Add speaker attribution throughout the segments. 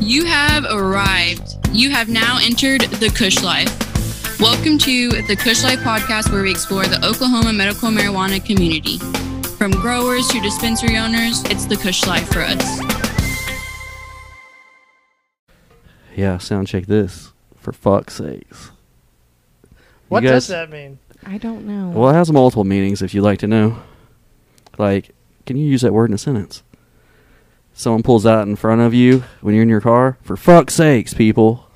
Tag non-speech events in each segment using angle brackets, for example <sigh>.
Speaker 1: You have arrived. You have now entered the Kush Life. Welcome to the Kush Life podcast, where we explore the Oklahoma medical marijuana community. From growers to dispensary owners, it's the Kush Life for us.
Speaker 2: Yeah, sound check this. For fuck's sakes.
Speaker 3: What
Speaker 2: guys-
Speaker 3: does that mean?
Speaker 4: I don't know.
Speaker 2: Well, it has multiple meanings if you'd like to know. Like, can you use that word in a sentence? Someone pulls out in front of you when you're in your car. For fuck's sakes, people.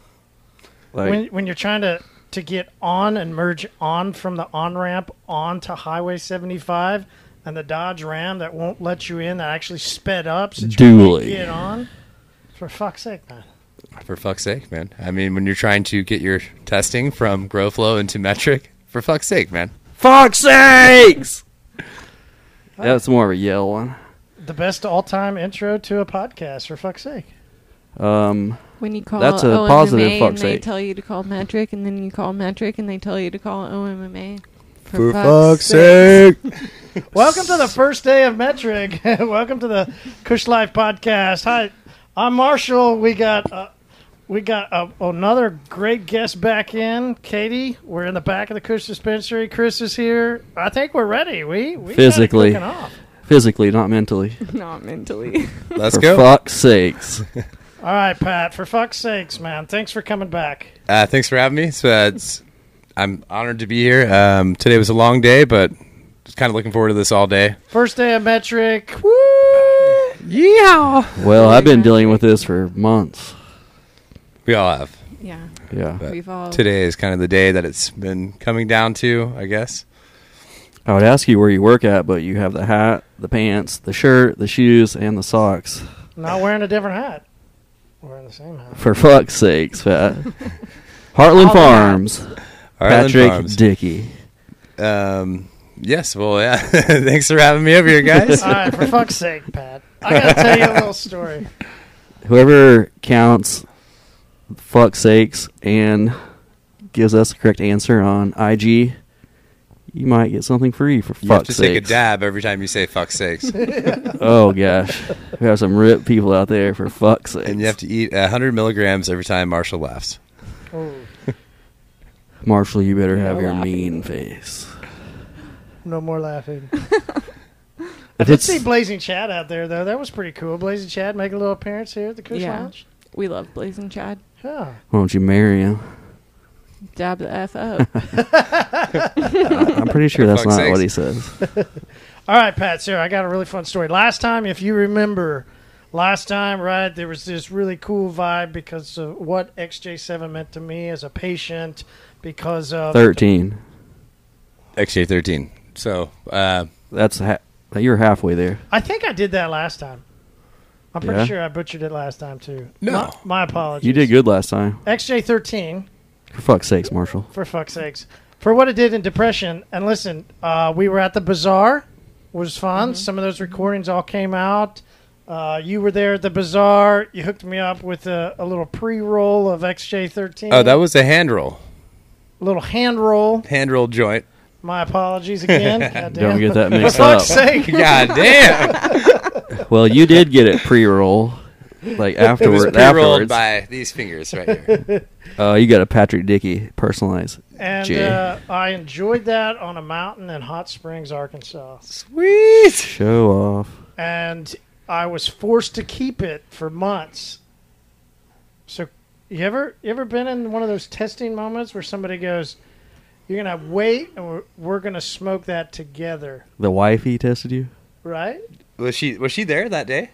Speaker 2: Like,
Speaker 3: when when you're trying to to get on and merge on from the on ramp onto Highway 75 and the Dodge Ram that won't let you in that actually sped up so you can't
Speaker 2: Dually.
Speaker 3: get on. For fuck's sake, man.
Speaker 5: For fuck's sake, man. I mean, when you're trying to get your testing from GrowFlow into metric, for fuck's sake, man.
Speaker 2: fuck's sakes! That's more of a yell one.
Speaker 3: The best all time intro to a podcast. For fuck's sake.
Speaker 2: Um,
Speaker 4: when you call
Speaker 2: That's a
Speaker 4: OMMA
Speaker 2: positive
Speaker 4: and
Speaker 2: fuck's
Speaker 4: they
Speaker 2: sake.
Speaker 4: tell you to call metric, and then you call metric, and they tell you to call OMMA. For,
Speaker 3: Welcome to the first day of metric. <laughs> Welcome to the Kush Life podcast. Hi, I'm Marshall. We got uh, we got uh, another great guest back in. Katie, we're in the back of the Kush dispensary. Chris is here. I think we're ready. We, we got it
Speaker 2: Physically.
Speaker 3: cooking off.
Speaker 2: physically, not mentally.
Speaker 4: <laughs> Not mentally.
Speaker 5: Let's
Speaker 2: for
Speaker 5: go.
Speaker 2: fuck's
Speaker 5: <laughs>
Speaker 2: sakes.
Speaker 3: All right, Pat. For fuck's sakes, man. Thanks for coming back.
Speaker 5: Uh, thanks for having me. So, uh, it's, I'm honored to be here. Um, today was a long day, but just kind of looking forward to this all day.
Speaker 3: First day of metric. Woo!
Speaker 5: Yeah.
Speaker 2: Well, I've been dealing with this for months.
Speaker 5: We all have.
Speaker 4: <laughs> yeah, Uh,
Speaker 2: Yeah.
Speaker 5: But
Speaker 4: we've all
Speaker 5: Today is kind of the day that it's been coming down to, I guess.
Speaker 2: I would ask you where you work at, but you have the hat, the pants, the shirt, the shoes, and the socks.
Speaker 3: Not wearing a different hat. Wearing the same hat.
Speaker 2: For fuck's sakes,
Speaker 3: <laughs>
Speaker 2: Pat. Heartland Farms,
Speaker 5: Ireland
Speaker 2: Patrick
Speaker 5: Farms.
Speaker 2: Dickey.
Speaker 5: um, yes, well, yeah. <laughs> thanks for having me over
Speaker 3: <laughs>
Speaker 5: here, guys.
Speaker 3: All right, for fuck's sake, Pat. I gotta tell you a little story.
Speaker 2: Whoever counts fuck's sakes and gives us the correct answer on IG, you might get something free for
Speaker 5: you have to
Speaker 2: fuck's
Speaker 5: take a
Speaker 2: sakes.
Speaker 5: dab every time you say fuck's sakes.
Speaker 2: Oh, gosh. We have some rip people out there for fuck's sakes.
Speaker 5: and you have to eat 100 milligrams every time Marshall laughs.
Speaker 3: Ooh,
Speaker 2: Marshall, you better have your
Speaker 4: laughing.
Speaker 2: mean face.
Speaker 3: no more laughing. I
Speaker 2: If
Speaker 3: did
Speaker 2: it's,
Speaker 3: see Blazing Chad out there though. That was pretty cool. Blazing Chad make a little appearance here at the Kush
Speaker 4: Yeah.
Speaker 3: Lounge.
Speaker 4: We love Blazing Chad.
Speaker 3: Yeah.
Speaker 2: why don't you marry
Speaker 5: <laughs>
Speaker 2: him?
Speaker 4: Dab the f <laughs> up.
Speaker 2: I'm pretty sure that's not
Speaker 5: fuck's
Speaker 2: what
Speaker 5: sakes.
Speaker 2: he says.
Speaker 3: All right, Pat. So I got a really fun story. Last time, if you remember, last time, right, there was this really cool vibe because of what XJ7 meant to me as a patient. Because of
Speaker 2: 13.
Speaker 5: XJ13. So, uh,
Speaker 2: That's ha- you're halfway there.
Speaker 3: I think I did that last time. I'm pretty
Speaker 2: Yeah?
Speaker 3: sure I butchered it last time too.
Speaker 5: No.
Speaker 3: my, my apologies.
Speaker 2: You did good last time.
Speaker 3: XJ13.
Speaker 2: For fuck's sakes, Marshall.
Speaker 3: for fuck's sakes, for what it did in depression. And listen, uh, we were at the bazaar, was fun. Some of those recordings all came out. Uh, you were there at the bazaar. You hooked me up with a, a little pre-roll of XJ13.
Speaker 5: oh, that was a hand roll,
Speaker 3: a little hand roll.
Speaker 5: hand roll joint.
Speaker 3: My apologies
Speaker 2: <laughs>
Speaker 3: again. God
Speaker 2: Don't
Speaker 3: damn.
Speaker 2: get that
Speaker 3: For
Speaker 2: mixed up.
Speaker 3: <laughs> fuck's sake,
Speaker 5: <laughs> God damn!
Speaker 2: Well, you did get it pre-roll, like
Speaker 5: it was
Speaker 2: afterward.
Speaker 5: pre-rolled
Speaker 2: Afterwards,
Speaker 5: by these fingers right here. <laughs>
Speaker 2: uh, you got a Patrick Dickey personalized.
Speaker 3: and
Speaker 2: Jay.
Speaker 3: uh, I enjoyed that on a mountain in Hot Springs, Arkansas.
Speaker 5: Sweet.
Speaker 2: Show off.
Speaker 3: and I was forced to keep it for months. So, you ever you ever been in one of those testing moments where somebody goes, "You're gonna wait, and we're, we're gonna smoke that together,"
Speaker 2: The wifey tested you.
Speaker 3: right?
Speaker 5: Was she was she there that day?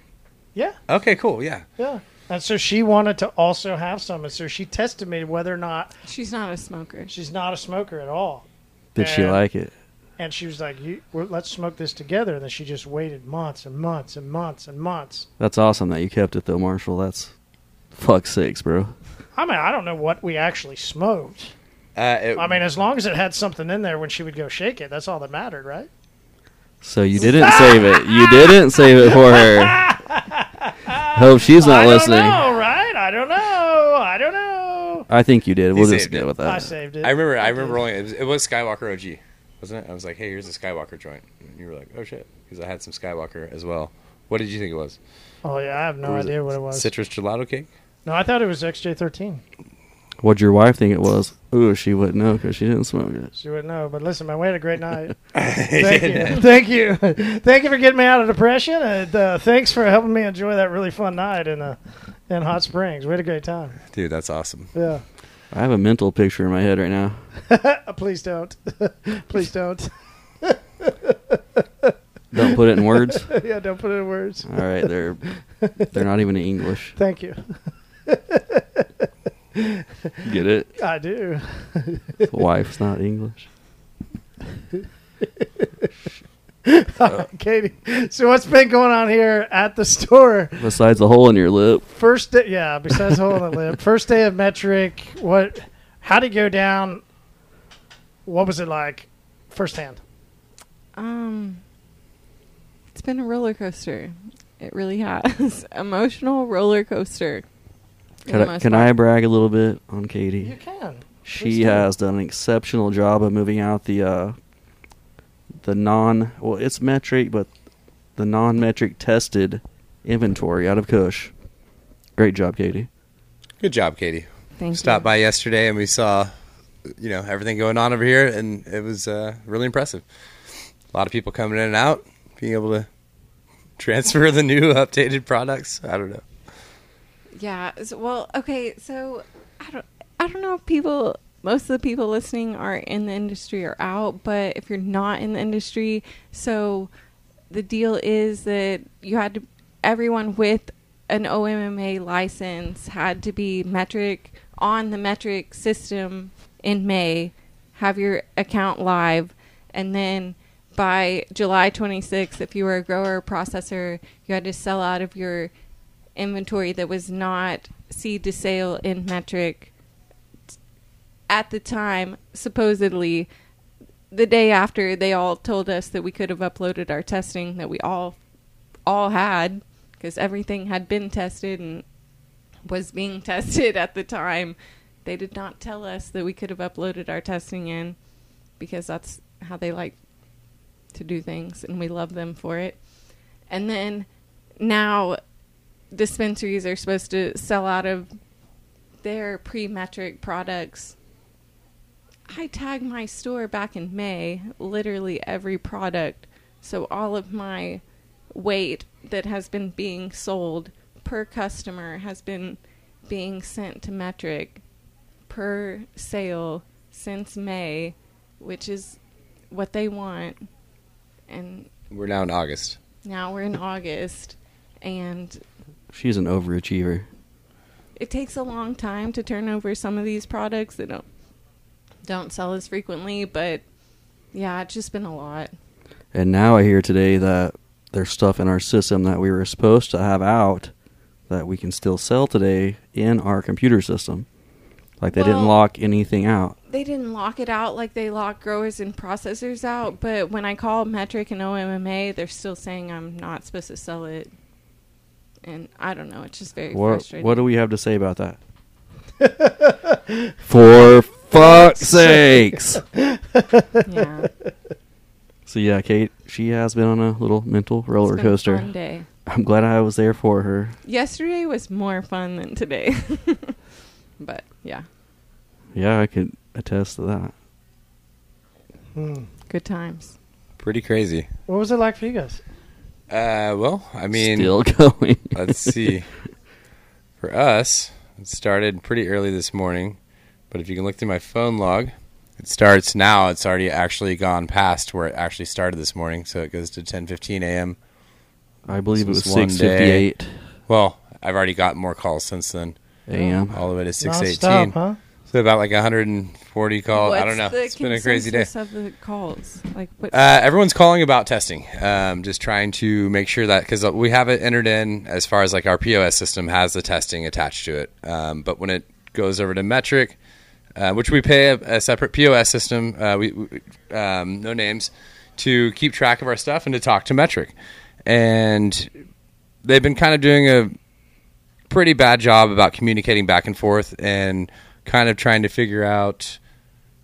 Speaker 3: Yeah,
Speaker 5: Okay, cool. Yeah.
Speaker 3: yeah. And so she wanted to also have some, and so she tested me whether or not
Speaker 4: She's not a smoker.
Speaker 3: she's not a smoker at all.
Speaker 2: Did she
Speaker 3: Yeah.
Speaker 2: like it?
Speaker 3: And she was like, you, well, "Let's smoke this together." And then she just waited months and months and months and months.
Speaker 2: That's awesome that you kept it though, Marshall. That's fuck's sakes, bro.
Speaker 3: I mean, I don't know what we actually smoked.
Speaker 5: Uh, it,
Speaker 3: I mean, as long as it had something in there when she would go shake it, that's all that mattered, right?
Speaker 2: So you didn't save it. You didn't save it for her. Hope she's not
Speaker 3: I
Speaker 2: listening.
Speaker 3: don't know, right? I don't know. I don't know.
Speaker 2: I think you did.
Speaker 5: He
Speaker 2: We'll just
Speaker 5: saved
Speaker 2: get
Speaker 5: it.
Speaker 2: with
Speaker 3: I
Speaker 2: that.
Speaker 3: saved it.
Speaker 5: Uh, I remember. I remember
Speaker 3: did.
Speaker 5: rolling. It was, it was Skywalker OG, wasn't it? I was like, hey, here's a Skywalker joint. And you were like, oh shit, because I had some Skywalker as well. What did you think it was?
Speaker 3: Oh yeah, I have no
Speaker 5: Or was
Speaker 3: idea what it was.
Speaker 5: Citrus gelato cake.
Speaker 3: No, I thought it was XJ13.
Speaker 2: What'd your wife think it was? Ooh, she wouldn't know because she didn't smoke it.
Speaker 3: She wouldn't know. But listen, man, we had a great
Speaker 5: <laughs>
Speaker 3: night. Thank you. Thank you. Thank you for getting me out of depression. And uh, thanks for helping me enjoy that really fun night in, uh, in Hot Springs. We had a great time.
Speaker 5: Dude, that's awesome.
Speaker 3: Yeah.
Speaker 2: I have a mental picture in my head right now.
Speaker 3: Uh, please don't. <laughs> please don't. <laughs>
Speaker 2: Don't put it in words.
Speaker 3: yeah, don't put it in words.
Speaker 2: All right, they're they're not even in English.
Speaker 3: Thank you.
Speaker 2: Get it?
Speaker 3: I do.
Speaker 2: Wife's not English.
Speaker 5: Oh.
Speaker 3: <laughs> Katie. So what's been going on here at the store?
Speaker 2: Besides the hole in your lip,
Speaker 3: First day, yeah. Besides holding the lip, first day of metric. What? How did it go down? What was it like? Firsthand.
Speaker 4: Um, it's been a roller coaster. It really has. <laughs> Emotional roller coaster. for the
Speaker 2: can, I,
Speaker 4: most
Speaker 2: can
Speaker 4: part.
Speaker 2: I brag a little bit on Katie?
Speaker 3: You can.
Speaker 2: She has done an exceptional job of moving out the uh, the non well, it's metric, but the non metric tested inventory out of Kush. Great job, Katie.
Speaker 5: Good job, Katie.
Speaker 4: Thank
Speaker 5: Stopped
Speaker 4: you.
Speaker 5: by yesterday and we saw, you know, everything going on over here, and it was uh, really impressive. A lot of people coming in and out, being able to <laughs> transfer the new <laughs> updated products. I don't know.
Speaker 4: Yeah. So, well, okay. So I don't. I don't know if people. Most of the people listening are in the industry or out, but if you're not in the industry, so the deal is that you had to. Everyone with an OMMA license had to be metric on the metric system in May, have your account live, and then by July 26th, if you were a grower or processor, you had to sell out of your inventory that was not seed to sale in metric at the time, supposedly. The day after, they all told us that we could have uploaded our testing that we all all had because everything had been tested and was being <laughs> tested at the time. They did not tell us that we could have uploaded our testing in because that's how they like to do things and we love them for it. And then now dispensaries are supposed to sell out of their pre-metric products. I tagged my store back in May, literally every product. So all of my weight that has been being sold per customer has been being sent to metric per sale since May, which is what they want. And
Speaker 5: We're now in August.
Speaker 4: now we're in August and
Speaker 2: She's an overachiever.
Speaker 4: it takes a long time to turn over some of these products that don't don't sell as frequently, but yeah, it's just been a lot.
Speaker 2: And now I hear today that there's stuff in our system that we were supposed to have out that we can still sell today in our computer system. Like they didn't
Speaker 4: Well-
Speaker 2: lock anything out.
Speaker 4: They didn't lock it out like they lock growers and processors out, but when I call Metric and OMMA, they're still saying I'm not supposed to sell it. And I don't know, it's just very
Speaker 2: What
Speaker 4: frustrating.
Speaker 2: what do we have to say about that? For fuck's sakes. <laughs>
Speaker 4: yeah.
Speaker 2: So yeah, Kate, she has been on a little mental roller
Speaker 4: It's been a
Speaker 2: coaster.
Speaker 4: fun day.
Speaker 2: I'm glad I was there for her.
Speaker 4: Yesterday was more fun than today. <laughs> but yeah,
Speaker 2: Yeah, I could attest to that.
Speaker 3: Hmm.
Speaker 4: good times.
Speaker 5: Pretty crazy.
Speaker 3: What was it like for you guys?
Speaker 5: Uh, well, I mean,
Speaker 2: still <laughs> going.
Speaker 5: <laughs> let's see. For us, it started pretty early this morning, but if you can look through my phone log, it starts now. It's already actually gone past where it actually started this morning, so it goes to 10:15 a.m.
Speaker 2: I believe it was
Speaker 5: This was one
Speaker 2: six fifty eight
Speaker 5: Well, I've already got more calls since then,
Speaker 2: AM.
Speaker 5: all the way to
Speaker 3: Non-stop,
Speaker 5: 6:18.
Speaker 3: huh?
Speaker 5: So about like 140 calls. Oh, I don't know.
Speaker 4: What's the
Speaker 5: It's been a crazy day.
Speaker 4: consensus Of the calls, like what?
Speaker 5: Uh, everyone's calling about testing. Um, just trying to make sure that because we have it entered in as far as like our POS system has the testing attached to it. Um, but when it goes over to metric, uh, which we pay a, a separate POS system, uh, we, we um, no names, to keep track of our stuff and to talk to metric. And they've been kind of doing a pretty bad job about communicating back and forth and kind of trying to figure out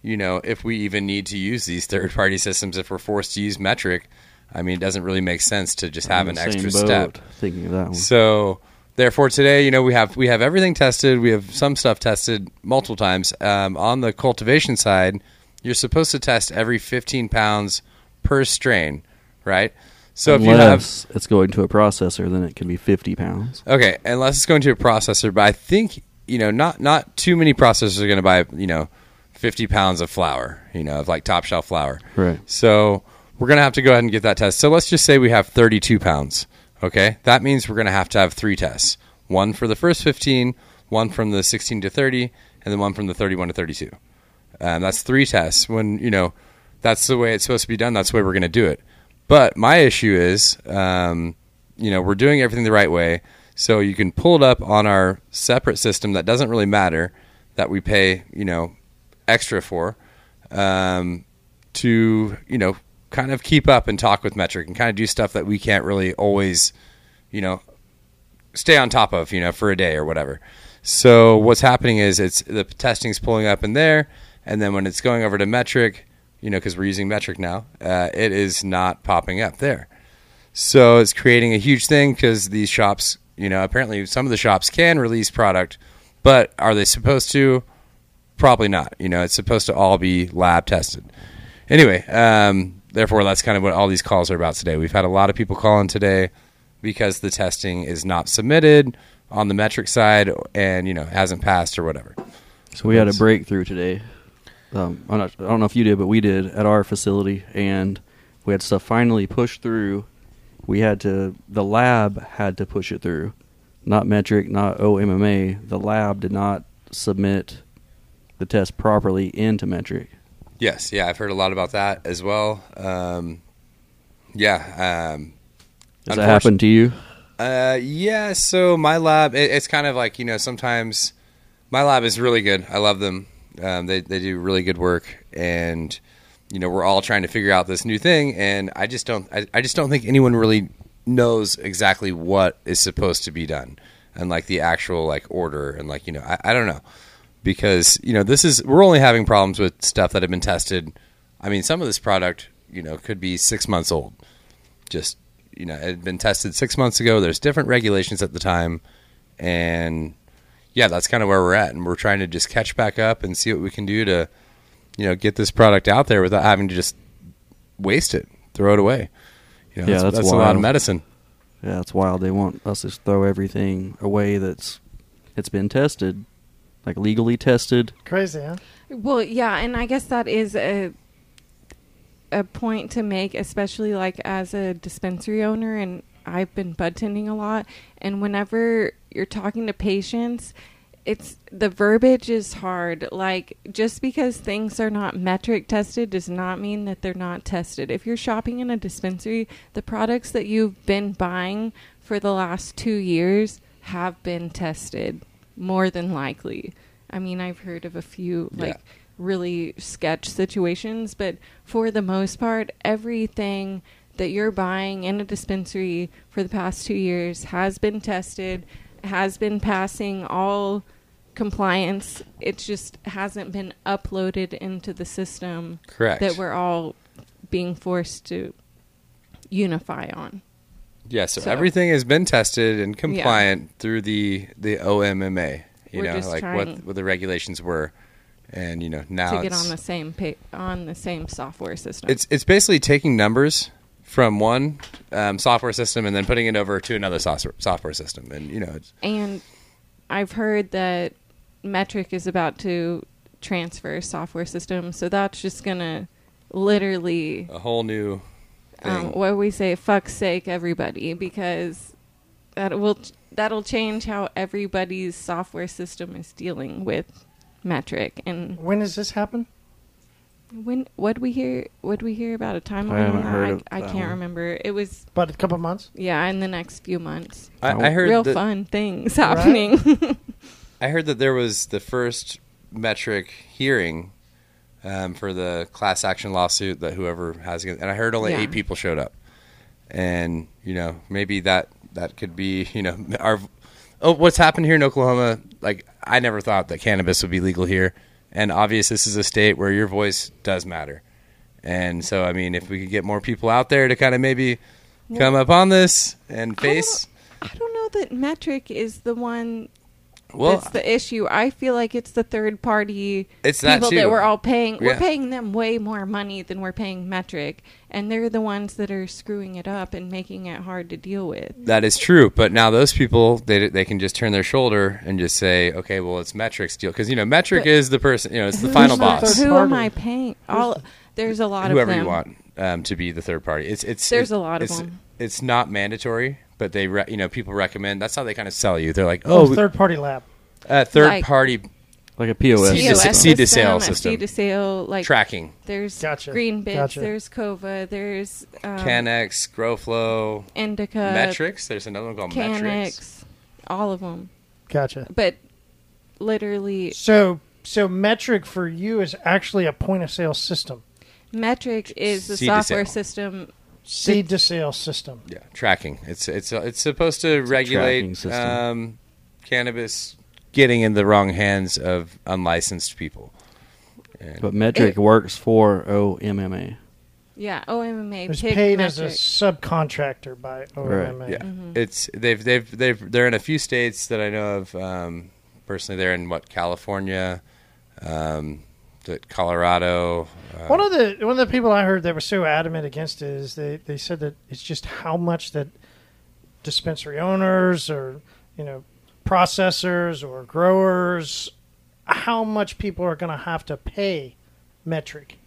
Speaker 5: you know, if we even need to use these third party systems, if we're forced to use metric, I mean, it doesn't really make sense to just have
Speaker 2: I'm in
Speaker 5: an
Speaker 2: the
Speaker 5: extra
Speaker 2: same
Speaker 5: step.
Speaker 2: boat Thinking of that one.
Speaker 5: So Therefore, today, you know, we have we have everything tested. We have some stuff tested multiple times. Um, on the cultivation side, you're supposed to test every 15 pounds per strain, right? So if you have
Speaker 2: Unless it's going to a processor, then it can be 50 pounds.
Speaker 5: Okay, unless it's going to a processor, but I think you know, not not too many processors are going to buy you know, fifty pounds of flour, you know, of like top shelf flour.
Speaker 2: Right.
Speaker 5: So we're going to have to go ahead and get that test. So let's just say we have thirty-two pounds. Okay, that means we're going to have to have three tests: one for the first fifteen, one from the sixteen to thirty, and then one from the thirty-one to thirty-two. Um, that's three tests. When you know, that's the way it's supposed to be done. That's the way we're going to do it. But my issue is, um, you know, we're doing everything the right way. So you can pull it up on our separate system that doesn't really matter that we pay, you know, extra for um, to, you know, kind of keep up and talk with metric and kind of do stuff that we can't really always, you know, stay on top of, you know, for a day or whatever. So what's happening is it's the testing's pulling up in there, and then when it's going over to metric, you know, because we're using metric now, uh, it is not popping up there. So it's creating a huge thing because these shops, you know, apparently some of the shops can release product, but are they supposed to? Probably not. You know, it's supposed to all be lab tested. Anyway, um, therefore, that's kind of what all these calls are about today. We've had a lot of people calling today because the testing is not submitted on the metric side and, you know, hasn't passed or whatever.
Speaker 2: So we had a breakthrough today. Um, I'm not, I don't know if you did, but we did at our facility, and we had stuff finally pushed through. We had to, the lab had to push it through, not metric, not OMMA. The lab did not submit the test properly into metric.
Speaker 5: Yes, yeah, I've heard a lot about that as well. Um, yeah, um,
Speaker 2: Does that happen to you?
Speaker 5: Uh, yeah. So my lab, it, it's kind of like you know sometimes my lab is really good. I love them. Um, they they do really good work, and you know we're all trying to figure out this new thing. And I just don't I, I just don't think anyone really knows exactly what is supposed to be done and like the actual like order and like you know I, I don't know because you know this is we're only having problems with stuff that have been tested. I mean, some of this product you know could be six months old just you know it had been tested six months ago there's different regulations at the time and yeah that's kind of where we're at and we're trying to just catch back up and see what we can do to you know get this product out there without having to just waste it throw it away you know,
Speaker 2: Yeah,
Speaker 5: that's,
Speaker 2: that's
Speaker 5: that's a lot of
Speaker 2: wild.
Speaker 5: medicine
Speaker 2: Yeah, it's wild. They want us to throw everything away that's it's been tested, like legally tested.
Speaker 3: Crazy, huh?
Speaker 4: Well, yeah, and I guess that is a a point to make, especially like as a dispensary owner, and I've been bud tending a lot, and whenever you're talking to patients. It's the verbiage is hard. Like, just because things are not metric tested does not mean that they're not tested. If you're shopping in a dispensary, the products that you've been buying for the last two years have been tested more than likely. I mean, I've heard of a few
Speaker 5: Yeah.
Speaker 4: like really sketch situations, but for the most part, everything that you're buying in a dispensary for the past two years has been tested, has been passing all compliance. It just hasn't been uploaded into the system
Speaker 5: correct
Speaker 4: that we're all being forced to unify on.
Speaker 5: yeah so,
Speaker 4: so-
Speaker 5: everything has been tested and compliant through the the omma you
Speaker 4: We're
Speaker 5: know
Speaker 4: just
Speaker 5: like what
Speaker 4: trying-
Speaker 5: what the regulations were and you know now
Speaker 4: to get
Speaker 5: it's-
Speaker 4: on the same pa- on the same software system.
Speaker 5: It's it's basically taking numbers from one um, software system and then putting it over to another software software system, and you know, it's,
Speaker 4: And I've heard that Metric is about to transfer software system, so that's just gonna literally,
Speaker 5: a whole new thing.
Speaker 4: um, what do we say, fuck's sake, everybody, because that will that'll change how everybody's software system is dealing with Metric. And
Speaker 3: When does this happen?
Speaker 4: when what we hear what we hear about a timeline? on
Speaker 2: haven't
Speaker 4: that?
Speaker 2: heard of
Speaker 4: I, I
Speaker 2: that
Speaker 4: can't
Speaker 2: one.
Speaker 4: remember. It was
Speaker 3: About a couple months.
Speaker 4: yeah, in the next few months,
Speaker 5: I, I heard
Speaker 4: real
Speaker 5: that,
Speaker 4: fun things happening. <laughs>
Speaker 5: I heard that there was the first metric hearing um, for the class action lawsuit that whoever has, against- and I heard only
Speaker 4: Yeah.
Speaker 5: eight people showed up, and you know, maybe that that could be <laughs> you know our oh what's happened here in Oklahoma. Like I never thought that cannabis would be legal here, and obvious this is a state where your voice does matter, and so I mean, if we could get more people out there to kind of maybe come up on this and face.
Speaker 4: I don't know know that metric is the one
Speaker 5: Well,
Speaker 4: that's the issue. I feel like it's the third party
Speaker 5: It's that
Speaker 4: people
Speaker 5: too.
Speaker 4: that we're all paying. We're
Speaker 5: Yeah.
Speaker 4: paying them way more money than we're paying metric, and they're the ones that are screwing it up and making it hard to deal with.
Speaker 5: that is true. But now those people, they they can just turn their shoulder and just say, okay, well, it's metrics deal because you know metric
Speaker 4: But-
Speaker 5: is the person, you know, it's the final
Speaker 3: the third
Speaker 5: boss,
Speaker 4: Who am
Speaker 3: party?
Speaker 4: I paying? All there's a lot
Speaker 5: whoever
Speaker 4: of them.
Speaker 5: you want um, to be the third party. It's it's
Speaker 4: There's
Speaker 5: it's-
Speaker 4: a lot of
Speaker 5: it's-
Speaker 4: them.
Speaker 5: It's not mandatory, but they re- you know people recommend. That's how they kind of sell you. They're like,
Speaker 3: Oh,
Speaker 5: oh,
Speaker 3: third party lab.
Speaker 5: uh, third
Speaker 4: Like-
Speaker 5: party
Speaker 2: Like a POS.
Speaker 5: See,
Speaker 4: POS
Speaker 5: Seed to-
Speaker 2: system.
Speaker 5: seed to
Speaker 4: system,
Speaker 5: sale
Speaker 4: at
Speaker 5: system.
Speaker 4: Seed to sale, like
Speaker 5: tracking,
Speaker 4: There's
Speaker 3: Gotcha.
Speaker 4: Green Bits,
Speaker 3: Gotcha.
Speaker 4: there's Cova, there's um, uh,
Speaker 5: Canex, Growflow,
Speaker 4: Indica,
Speaker 5: Metrics. There's another one called
Speaker 4: Canix,
Speaker 5: Metrics.
Speaker 4: all of them.
Speaker 3: Gotcha.
Speaker 4: But literally,
Speaker 3: So so metric for you is actually a point of sale system,
Speaker 4: Metric is the
Speaker 5: Seed to
Speaker 4: software
Speaker 5: sale.
Speaker 4: system.
Speaker 3: seed to sale system.
Speaker 5: Yeah, tracking. It's it's it's supposed to regulate
Speaker 2: tracking system.
Speaker 5: um, cannabis getting in the wrong hands of unlicensed people.
Speaker 2: But metric works for OMMA.
Speaker 4: Yeah, OMMA.
Speaker 3: It's
Speaker 4: pick
Speaker 3: paid
Speaker 4: metric.
Speaker 3: as a subcontractor by OMMA.
Speaker 5: Yeah, it's they've they've they've they're in a few states that I know of. Um, personally, they're in what California, um, the- Colorado. Uh,
Speaker 3: One of the one of the people I heard that was so adamant against it is they, they said that it's just how much that dispensary owners or you know processors or growers how much people are going to have to pay metric.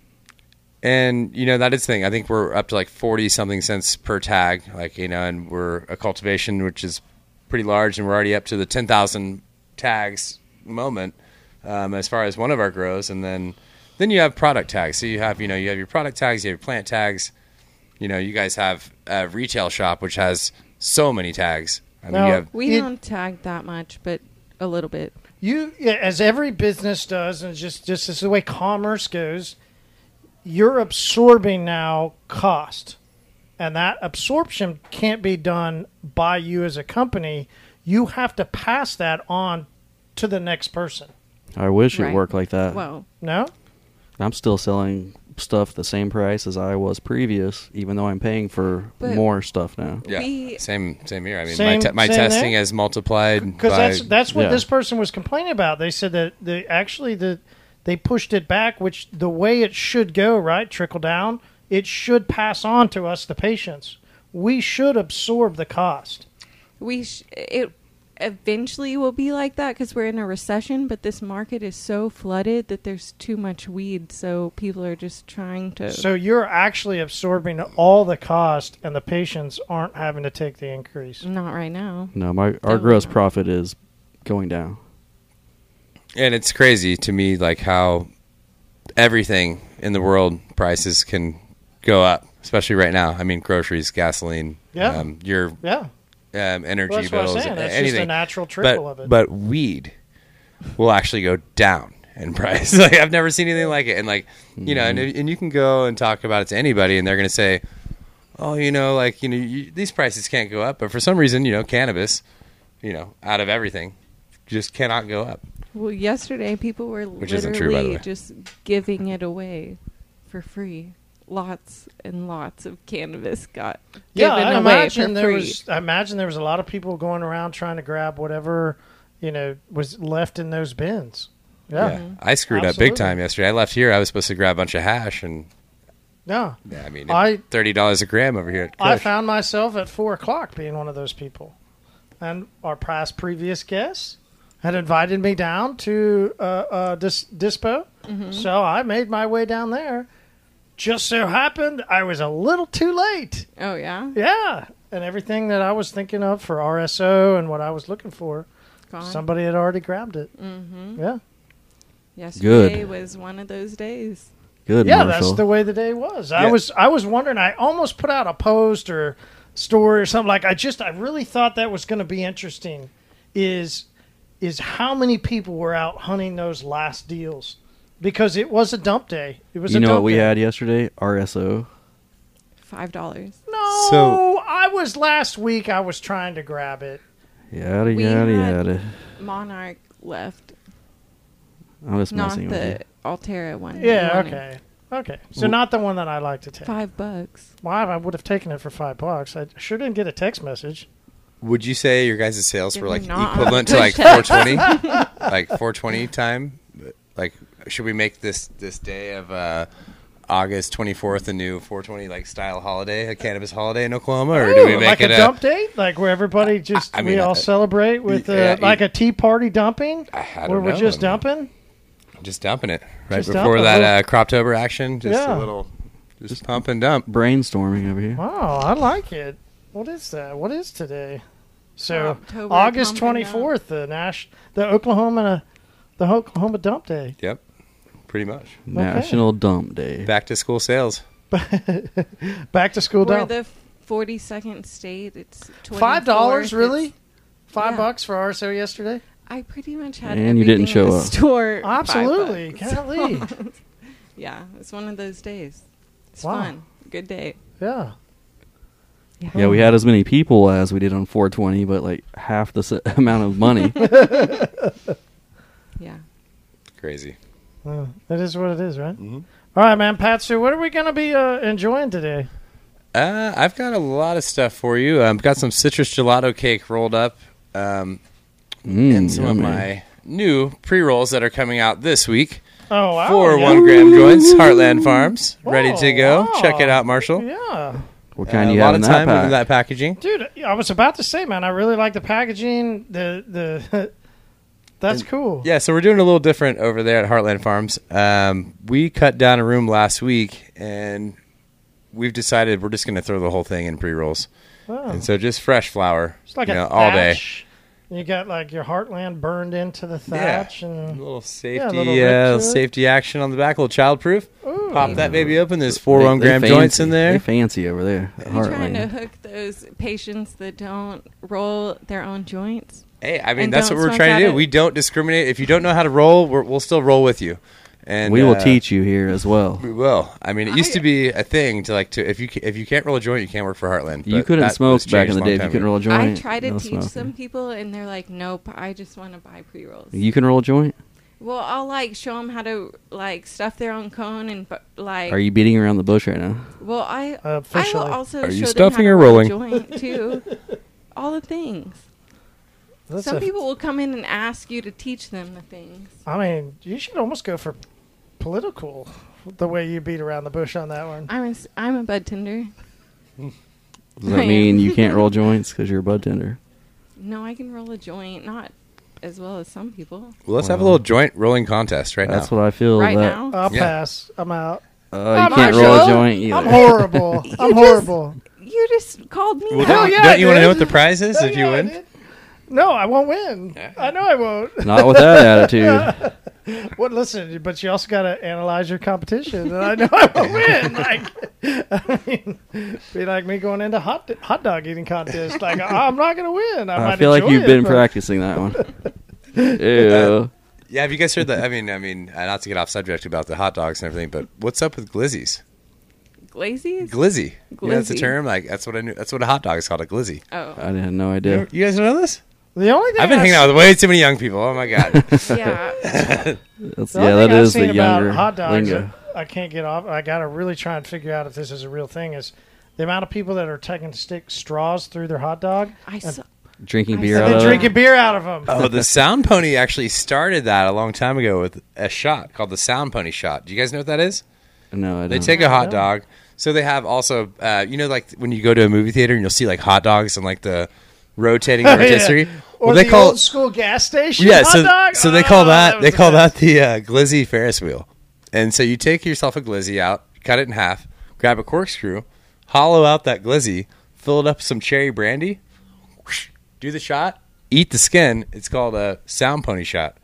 Speaker 5: And you know that is the thing. I think we're up to like forty something cents per tag. Like you know, and we're a cultivation which is pretty large, and we're already up to the ten thousand tags moment um, as far as one of our grows. And then then you have product tags. So you have you know you have your product tags, you have your plant tags. You know, you guys have a retail shop which has so many tags. I mean,
Speaker 3: No.
Speaker 5: you have
Speaker 4: We
Speaker 3: It-
Speaker 4: don't tag that much, but a little bit.
Speaker 3: You yeah, as every business does and it's just just this is the way commerce goes, you're absorbing now cost. And that absorption can't be done by you as a company. You have to pass that on to the next person.
Speaker 2: I wish
Speaker 4: Right.
Speaker 2: it worked like that.
Speaker 4: Well,
Speaker 3: No?
Speaker 2: I'm still selling stuff the same price as I was previous, even though I'm paying for
Speaker 4: But-
Speaker 2: more stuff now.
Speaker 5: yeah,
Speaker 4: We-
Speaker 5: same same here. I mean,
Speaker 3: Same-
Speaker 5: my, te- my
Speaker 3: same
Speaker 5: testing
Speaker 3: there?
Speaker 5: has multiplied
Speaker 3: Because
Speaker 5: by-
Speaker 3: that's that's what
Speaker 2: yeah.
Speaker 3: this person was complaining about. They said that they actually the they pushed it back, which the way it should go, right? Trickle down. It should pass on to us, the patients. We should absorb the cost.
Speaker 4: we sh- it eventually will be like that because we're in a recession but this market is so flooded that there's too much weed so people are just trying to
Speaker 3: So you're actually absorbing all the cost, and the patients aren't having to take the increase.
Speaker 4: not right now
Speaker 2: No, my our
Speaker 4: Definitely
Speaker 2: gross
Speaker 4: not.
Speaker 2: profit is going down.
Speaker 5: and it's crazy to me like how everything in the world prices can go up especially right now i mean groceries gasoline
Speaker 3: Yeah.
Speaker 5: um, your
Speaker 3: Yeah,
Speaker 5: um, energy
Speaker 3: well, that's what I'm
Speaker 5: bills
Speaker 3: saying. That's
Speaker 5: anything
Speaker 3: just a natural
Speaker 5: but,
Speaker 3: trickle of it.
Speaker 5: but weed will actually go down in <laughs> price like i've never seen anything like it and like you know and, and you can go and talk about it to anybody and they're going to say oh you know like you know you, these prices can't go up but for some reason you know cannabis you know out of everything just cannot go up
Speaker 4: well yesterday people were
Speaker 5: Which
Speaker 4: literally
Speaker 5: isn't true, by the way.
Speaker 4: just giving it away for free lots and lots of cannabis got
Speaker 3: yeah,
Speaker 4: given
Speaker 3: I
Speaker 4: away
Speaker 3: imagine
Speaker 4: for
Speaker 3: there
Speaker 4: free
Speaker 3: was. I imagine there was a lot of people going around trying to grab whatever you know was left in those bins. Yeah,
Speaker 4: Mm-hmm.
Speaker 5: Yeah. I screwed up big
Speaker 3: Mm-hmm. Absolutely.
Speaker 5: time yesterday. I left here. I was supposed to grab a bunch of hash, and
Speaker 3: yeah.
Speaker 5: yeah, I mean,
Speaker 3: I-
Speaker 5: thirty dollars a gram over here. At
Speaker 3: I
Speaker 5: Kush.
Speaker 3: found myself at four o'clock being one of those people, and our past previous guest had invited me down to uh, uh, dis- dispo, so I made my way down there. Just so happened I was a little too late.
Speaker 4: oh yeah
Speaker 3: Yeah, and everything that I was thinking of for RSO and what I was looking for,
Speaker 4: gone
Speaker 3: somebody had already grabbed it. Mm-hmm. Yeah,
Speaker 4: yesterday was one of those days
Speaker 2: Good,
Speaker 3: yeah,
Speaker 2: Marshall.
Speaker 3: that's the way the day was. I
Speaker 5: Yeah.
Speaker 3: was I was wondering. I almost put out a post or story or something like. I just I really thought that was going to be interesting. Is is how many people were out hunting those last deals because it was a dump day. It was
Speaker 2: you
Speaker 3: a
Speaker 2: know
Speaker 3: dump
Speaker 2: what we
Speaker 3: day.
Speaker 2: had yesterday? RSO.
Speaker 4: five dollars
Speaker 3: No,
Speaker 5: So-
Speaker 3: I was last week. I was trying to grab it.
Speaker 2: Yada
Speaker 4: We
Speaker 2: yada
Speaker 4: had-
Speaker 2: yada.
Speaker 4: monarch left
Speaker 2: I'm just
Speaker 4: not
Speaker 2: messing
Speaker 4: the
Speaker 2: with
Speaker 4: altera one
Speaker 3: Yeah,
Speaker 4: Monarch.
Speaker 3: okay, okay. So not the one that I like to take.
Speaker 4: five bucks
Speaker 3: Why I would have taken it for five bucks. I sure didn't get a text message.
Speaker 5: Would you say your guys' sales
Speaker 4: If
Speaker 5: were
Speaker 4: we're
Speaker 5: like
Speaker 4: not on
Speaker 5: equivalent to
Speaker 3: <laughs>
Speaker 4: Push
Speaker 5: like
Speaker 4: Text.
Speaker 5: 420, like 420 time? Like, should we make this this day of uh, August 24th a new 420 like style holiday, a cannabis holiday in Oklahoma, or do we make
Speaker 3: like
Speaker 5: it
Speaker 3: a dump date, like where everybody just
Speaker 5: I
Speaker 3: we
Speaker 5: mean,
Speaker 3: all
Speaker 5: I-
Speaker 3: celebrate with uh,
Speaker 5: yeah, you-
Speaker 3: like a tea party dumping,
Speaker 5: I- I don't
Speaker 3: where we're
Speaker 5: know.
Speaker 3: just
Speaker 5: I mean,
Speaker 3: dumping.
Speaker 5: just dumping it right
Speaker 3: Just dump
Speaker 5: before
Speaker 3: a
Speaker 5: that uh, Croptober action? Just
Speaker 3: Yeah.
Speaker 5: a little, just, pump and dump.
Speaker 2: Brainstorming over here.
Speaker 3: Wow, I like it. What is that? What is today? So
Speaker 4: October uh,
Speaker 3: August
Speaker 4: pumping
Speaker 3: twenty
Speaker 4: dump.
Speaker 3: fourth, the Nash, the Oklahoma, the Oklahoma Dump Day.
Speaker 5: Yep, pretty much.
Speaker 2: National Dump Day.
Speaker 5: Back to school sales.
Speaker 3: Back to school
Speaker 4: We're
Speaker 3: dump.
Speaker 4: the forty-second state. It's
Speaker 3: Five dollars,
Speaker 4: 24th.
Speaker 3: really? Five
Speaker 4: yeah.
Speaker 3: bucks for RSO yesterday?
Speaker 4: It's- I pretty much had.
Speaker 2: And you didn't
Speaker 4: everything in
Speaker 2: show
Speaker 4: the
Speaker 2: up.
Speaker 4: Store. <laughs> five
Speaker 3: Absolutely,
Speaker 4: bucks.
Speaker 3: golly.
Speaker 4: <laughs> yeah, it's one of those days. It's
Speaker 3: Wow.
Speaker 4: fun. Good day.
Speaker 3: Yeah.
Speaker 2: Yeah,
Speaker 5: Oh.
Speaker 2: we had as many people as we did on 420, but like half the s- <laughs> amount of
Speaker 5: <laughs>
Speaker 2: money.
Speaker 4: Yeah.
Speaker 5: Crazy.
Speaker 3: Uh, It is what it is, right?
Speaker 5: Mhm.
Speaker 3: All right, man. Patsu, what are we going to be uh, enjoying today?
Speaker 5: Uh, I've got a lot of stuff for you. I've got some citrus gelato cake rolled up, um,
Speaker 2: Mm,
Speaker 5: and some
Speaker 2: yummy.
Speaker 5: of my new pre rolls that are coming out this week
Speaker 3: Oh, wow.
Speaker 5: for
Speaker 3: yeah.
Speaker 5: One Gram Joints Heartland Farms. ready to
Speaker 3: Whoa,
Speaker 5: go?
Speaker 3: wow.
Speaker 5: Check it out, Marshall.
Speaker 3: Yeah.
Speaker 2: What
Speaker 5: Uh,
Speaker 2: kind
Speaker 5: a
Speaker 2: you
Speaker 5: lot
Speaker 2: had in
Speaker 5: of time
Speaker 2: that
Speaker 5: into
Speaker 2: pack?
Speaker 5: that packaging.
Speaker 3: Dude, I was about to say, man, I really like the packaging. The the <laughs> That's cool.
Speaker 5: Yeah, so we're doing a little different over there at Heartland Farms. Um, we cut down a room last week, and we've decided we're just going to throw the whole thing in pre rolls,
Speaker 3: Wow.
Speaker 5: and so just fresh flour,
Speaker 3: It's like
Speaker 5: you
Speaker 3: a
Speaker 5: know, all day.
Speaker 3: thatch. You got like your heartland burned into the
Speaker 5: Yeah.
Speaker 3: thatch.
Speaker 5: A
Speaker 3: and
Speaker 5: little
Speaker 3: Hmm. Yeah, a
Speaker 5: safety,
Speaker 3: little rip
Speaker 5: uh,
Speaker 3: to it.
Speaker 5: safety action on the back, a little childproof.
Speaker 3: Ooh.
Speaker 5: Pop that baby open. There's
Speaker 2: They-
Speaker 5: four one
Speaker 2: they
Speaker 5: gram joints
Speaker 2: fancy.
Speaker 5: in
Speaker 2: They
Speaker 5: there.
Speaker 2: fancy over there. at
Speaker 4: Are you trying to
Speaker 2: Heartland.
Speaker 4: hook those patients that don't roll their own joints?
Speaker 5: Hey, I mean
Speaker 4: And
Speaker 5: that's what
Speaker 4: don't
Speaker 5: we're
Speaker 4: smoke
Speaker 5: trying to
Speaker 4: at
Speaker 5: do.
Speaker 4: it.
Speaker 5: We don't discriminate. If you don't know how to roll, we're, we'll still roll with you. And
Speaker 2: we will
Speaker 5: uh,
Speaker 2: teach you here as well.
Speaker 5: We will. I mean, it used
Speaker 4: I-
Speaker 5: to be a thing to like to if you ca- if you can't roll a joint, you can't work for Heartland.
Speaker 2: You
Speaker 5: but
Speaker 2: couldn't
Speaker 5: that
Speaker 2: smoke
Speaker 5: was
Speaker 2: back
Speaker 5: changed
Speaker 2: in the
Speaker 5: a
Speaker 2: day
Speaker 5: long
Speaker 2: if you
Speaker 5: time
Speaker 2: couldn't
Speaker 5: ago.
Speaker 2: roll a joint.
Speaker 4: I try to
Speaker 2: no
Speaker 4: teach
Speaker 2: smoking.
Speaker 4: some people, and they're like, "Nope, I just want to buy pre rolls."
Speaker 2: You can roll a joint?
Speaker 4: Well, I'll like show them how to like stuff their own cone and bu- like.
Speaker 2: Are you beating around the bush right now?
Speaker 4: Well, I I will
Speaker 3: Uh, Officially.
Speaker 4: also
Speaker 5: Are
Speaker 4: show
Speaker 5: you
Speaker 4: them how
Speaker 5: stuffing
Speaker 4: to
Speaker 5: or
Speaker 4: roll
Speaker 5: rolling?
Speaker 4: a joint
Speaker 5: <laughs>
Speaker 4: too. All the things.
Speaker 3: That's
Speaker 4: Some
Speaker 3: a-
Speaker 4: people will come in and ask you to teach them the things.
Speaker 3: I mean, you should almost go for political the way you beat around the bush on that one.
Speaker 4: I'm a, s- I'm a bud tender.
Speaker 2: Does that
Speaker 4: Right.
Speaker 2: mean you can't roll joints because you're a bud tender?
Speaker 4: No, I can roll a joint, not as well as some people.
Speaker 5: Well, let's have a little joint rolling contest right
Speaker 2: That's
Speaker 5: now.
Speaker 2: what I feel.
Speaker 4: right
Speaker 2: that,
Speaker 4: now,
Speaker 3: I'll
Speaker 5: Yeah.
Speaker 3: pass. I'm out.
Speaker 2: Uh,
Speaker 3: I'm
Speaker 2: you can't roll a
Speaker 3: Marshall.
Speaker 2: joint either.
Speaker 3: I'm
Speaker 5: <laughs>
Speaker 3: horrible. I'm horrible.
Speaker 4: you just called me.
Speaker 5: Well,
Speaker 4: out.
Speaker 3: Hell
Speaker 5: don't,
Speaker 3: yeah,
Speaker 5: don't you want to
Speaker 3: dude.
Speaker 5: know what the prize is
Speaker 3: Oh,
Speaker 5: if you
Speaker 3: yeah, I
Speaker 5: win?
Speaker 3: did. No, I won't win. I know I won't.
Speaker 2: Not with that
Speaker 4: <laughs>
Speaker 2: attitude.
Speaker 3: Well, listen, but you also got to analyze your competition, and I know I won't
Speaker 5: <laughs>
Speaker 3: win. Like, I mean, be like me going into hot hot dog eating contest. Like, I'm not gonna win. I,
Speaker 2: I
Speaker 3: might
Speaker 2: feel like
Speaker 3: enjoy
Speaker 2: you've
Speaker 3: it,
Speaker 2: been
Speaker 3: but-
Speaker 2: practicing that
Speaker 4: <laughs>
Speaker 2: one. Ew.
Speaker 5: Yeah, have you guys heard that? I mean, I mean, uh, not to get off subject about the hot dogs and everything, but what's up with glizzies?
Speaker 4: Glazies?
Speaker 5: Glizzy. You know, that's a
Speaker 4: Glizzy.
Speaker 5: term. Like that's what I knew. That's what a hot dog is called, a glizzy.
Speaker 4: oh,
Speaker 5: <laughs>
Speaker 2: I had no idea.
Speaker 5: You guys know this?
Speaker 3: The only thing
Speaker 5: I've been
Speaker 3: I
Speaker 5: hanging
Speaker 3: s-
Speaker 5: out with way too many young people. Oh my god.
Speaker 4: yeah.
Speaker 2: That's, yeah,
Speaker 3: The only
Speaker 2: that
Speaker 3: thing I've
Speaker 2: is the
Speaker 3: seen about
Speaker 2: younger
Speaker 3: hot dogs.
Speaker 2: lingo.
Speaker 3: that I can't get off. I gotta really try and figure out if this is a real thing. Is the amount of people that are taking stick straws through their hot dog
Speaker 4: I saw.
Speaker 2: Drinking
Speaker 4: I
Speaker 2: beer
Speaker 4: said-
Speaker 2: out of
Speaker 3: and
Speaker 5: Uh,
Speaker 3: then
Speaker 2: it.
Speaker 3: drinking beer out of them?
Speaker 5: oh, the Sound Pony actually started that a long time ago with a shot called the Sound Pony shot. Do you guys know what that is?
Speaker 2: No, Mm. I don't.
Speaker 5: They take a hot dog. So they have also, uh, you know, like when you go to a movie theater and you'll see like hot dogs and like the rotating rotisserie.
Speaker 3: Or
Speaker 5: well, they
Speaker 3: the
Speaker 5: call
Speaker 3: old school gas station
Speaker 5: yeah.
Speaker 3: hot
Speaker 5: So,
Speaker 3: dog.
Speaker 5: so they
Speaker 3: Ah,
Speaker 5: call that,
Speaker 3: was
Speaker 5: they
Speaker 3: the
Speaker 5: call
Speaker 3: best.
Speaker 5: that the uh, glizzy Ferris wheel. And so you take yourself a glizzy out, cut it in half, grab a corkscrew, hollow out that glizzy, fill it up with some cherry brandy, whoosh, do the shot, eat the skin. It's called a sound pony shot,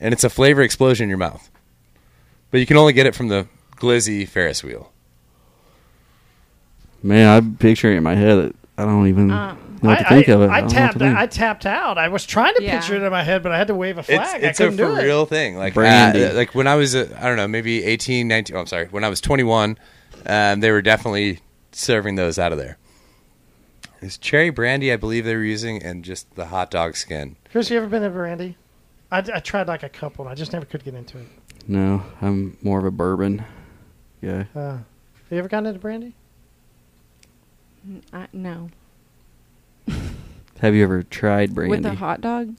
Speaker 5: and it's a flavor explosion in your mouth. But you can only get it from the glizzy Ferris wheel.
Speaker 2: Man, I'm picturing it in my head. It- I don't even
Speaker 4: Um,
Speaker 2: know what to
Speaker 3: I,
Speaker 2: think
Speaker 3: I,
Speaker 2: of it. don't
Speaker 3: I
Speaker 2: know what to
Speaker 3: tapped.
Speaker 2: think.
Speaker 3: I tapped out. I was trying to
Speaker 4: Yeah.
Speaker 3: picture it in my head, but I had to wave a
Speaker 5: It's,
Speaker 3: flag.
Speaker 5: it's
Speaker 3: I
Speaker 5: a
Speaker 3: couldn't
Speaker 5: for
Speaker 3: do it.
Speaker 5: real thing. Like,
Speaker 2: Brandy.
Speaker 5: uh, like when I was, uh, I don't know, maybe 18, 19, oh, I'm sorry, when I was 21, um, they were definitely serving those out of there. It's cherry brandy, I believe they were using, and just the hot dog skin.
Speaker 3: Chris, you ever been to Brandy? I, I tried like a couple, and I just never could get into it.
Speaker 2: No, I'm more of a bourbon guy.
Speaker 3: Uh, have you ever gotten into Brandy?
Speaker 4: I, no.
Speaker 2: Have you ever tried brandy?
Speaker 4: with a hot dog.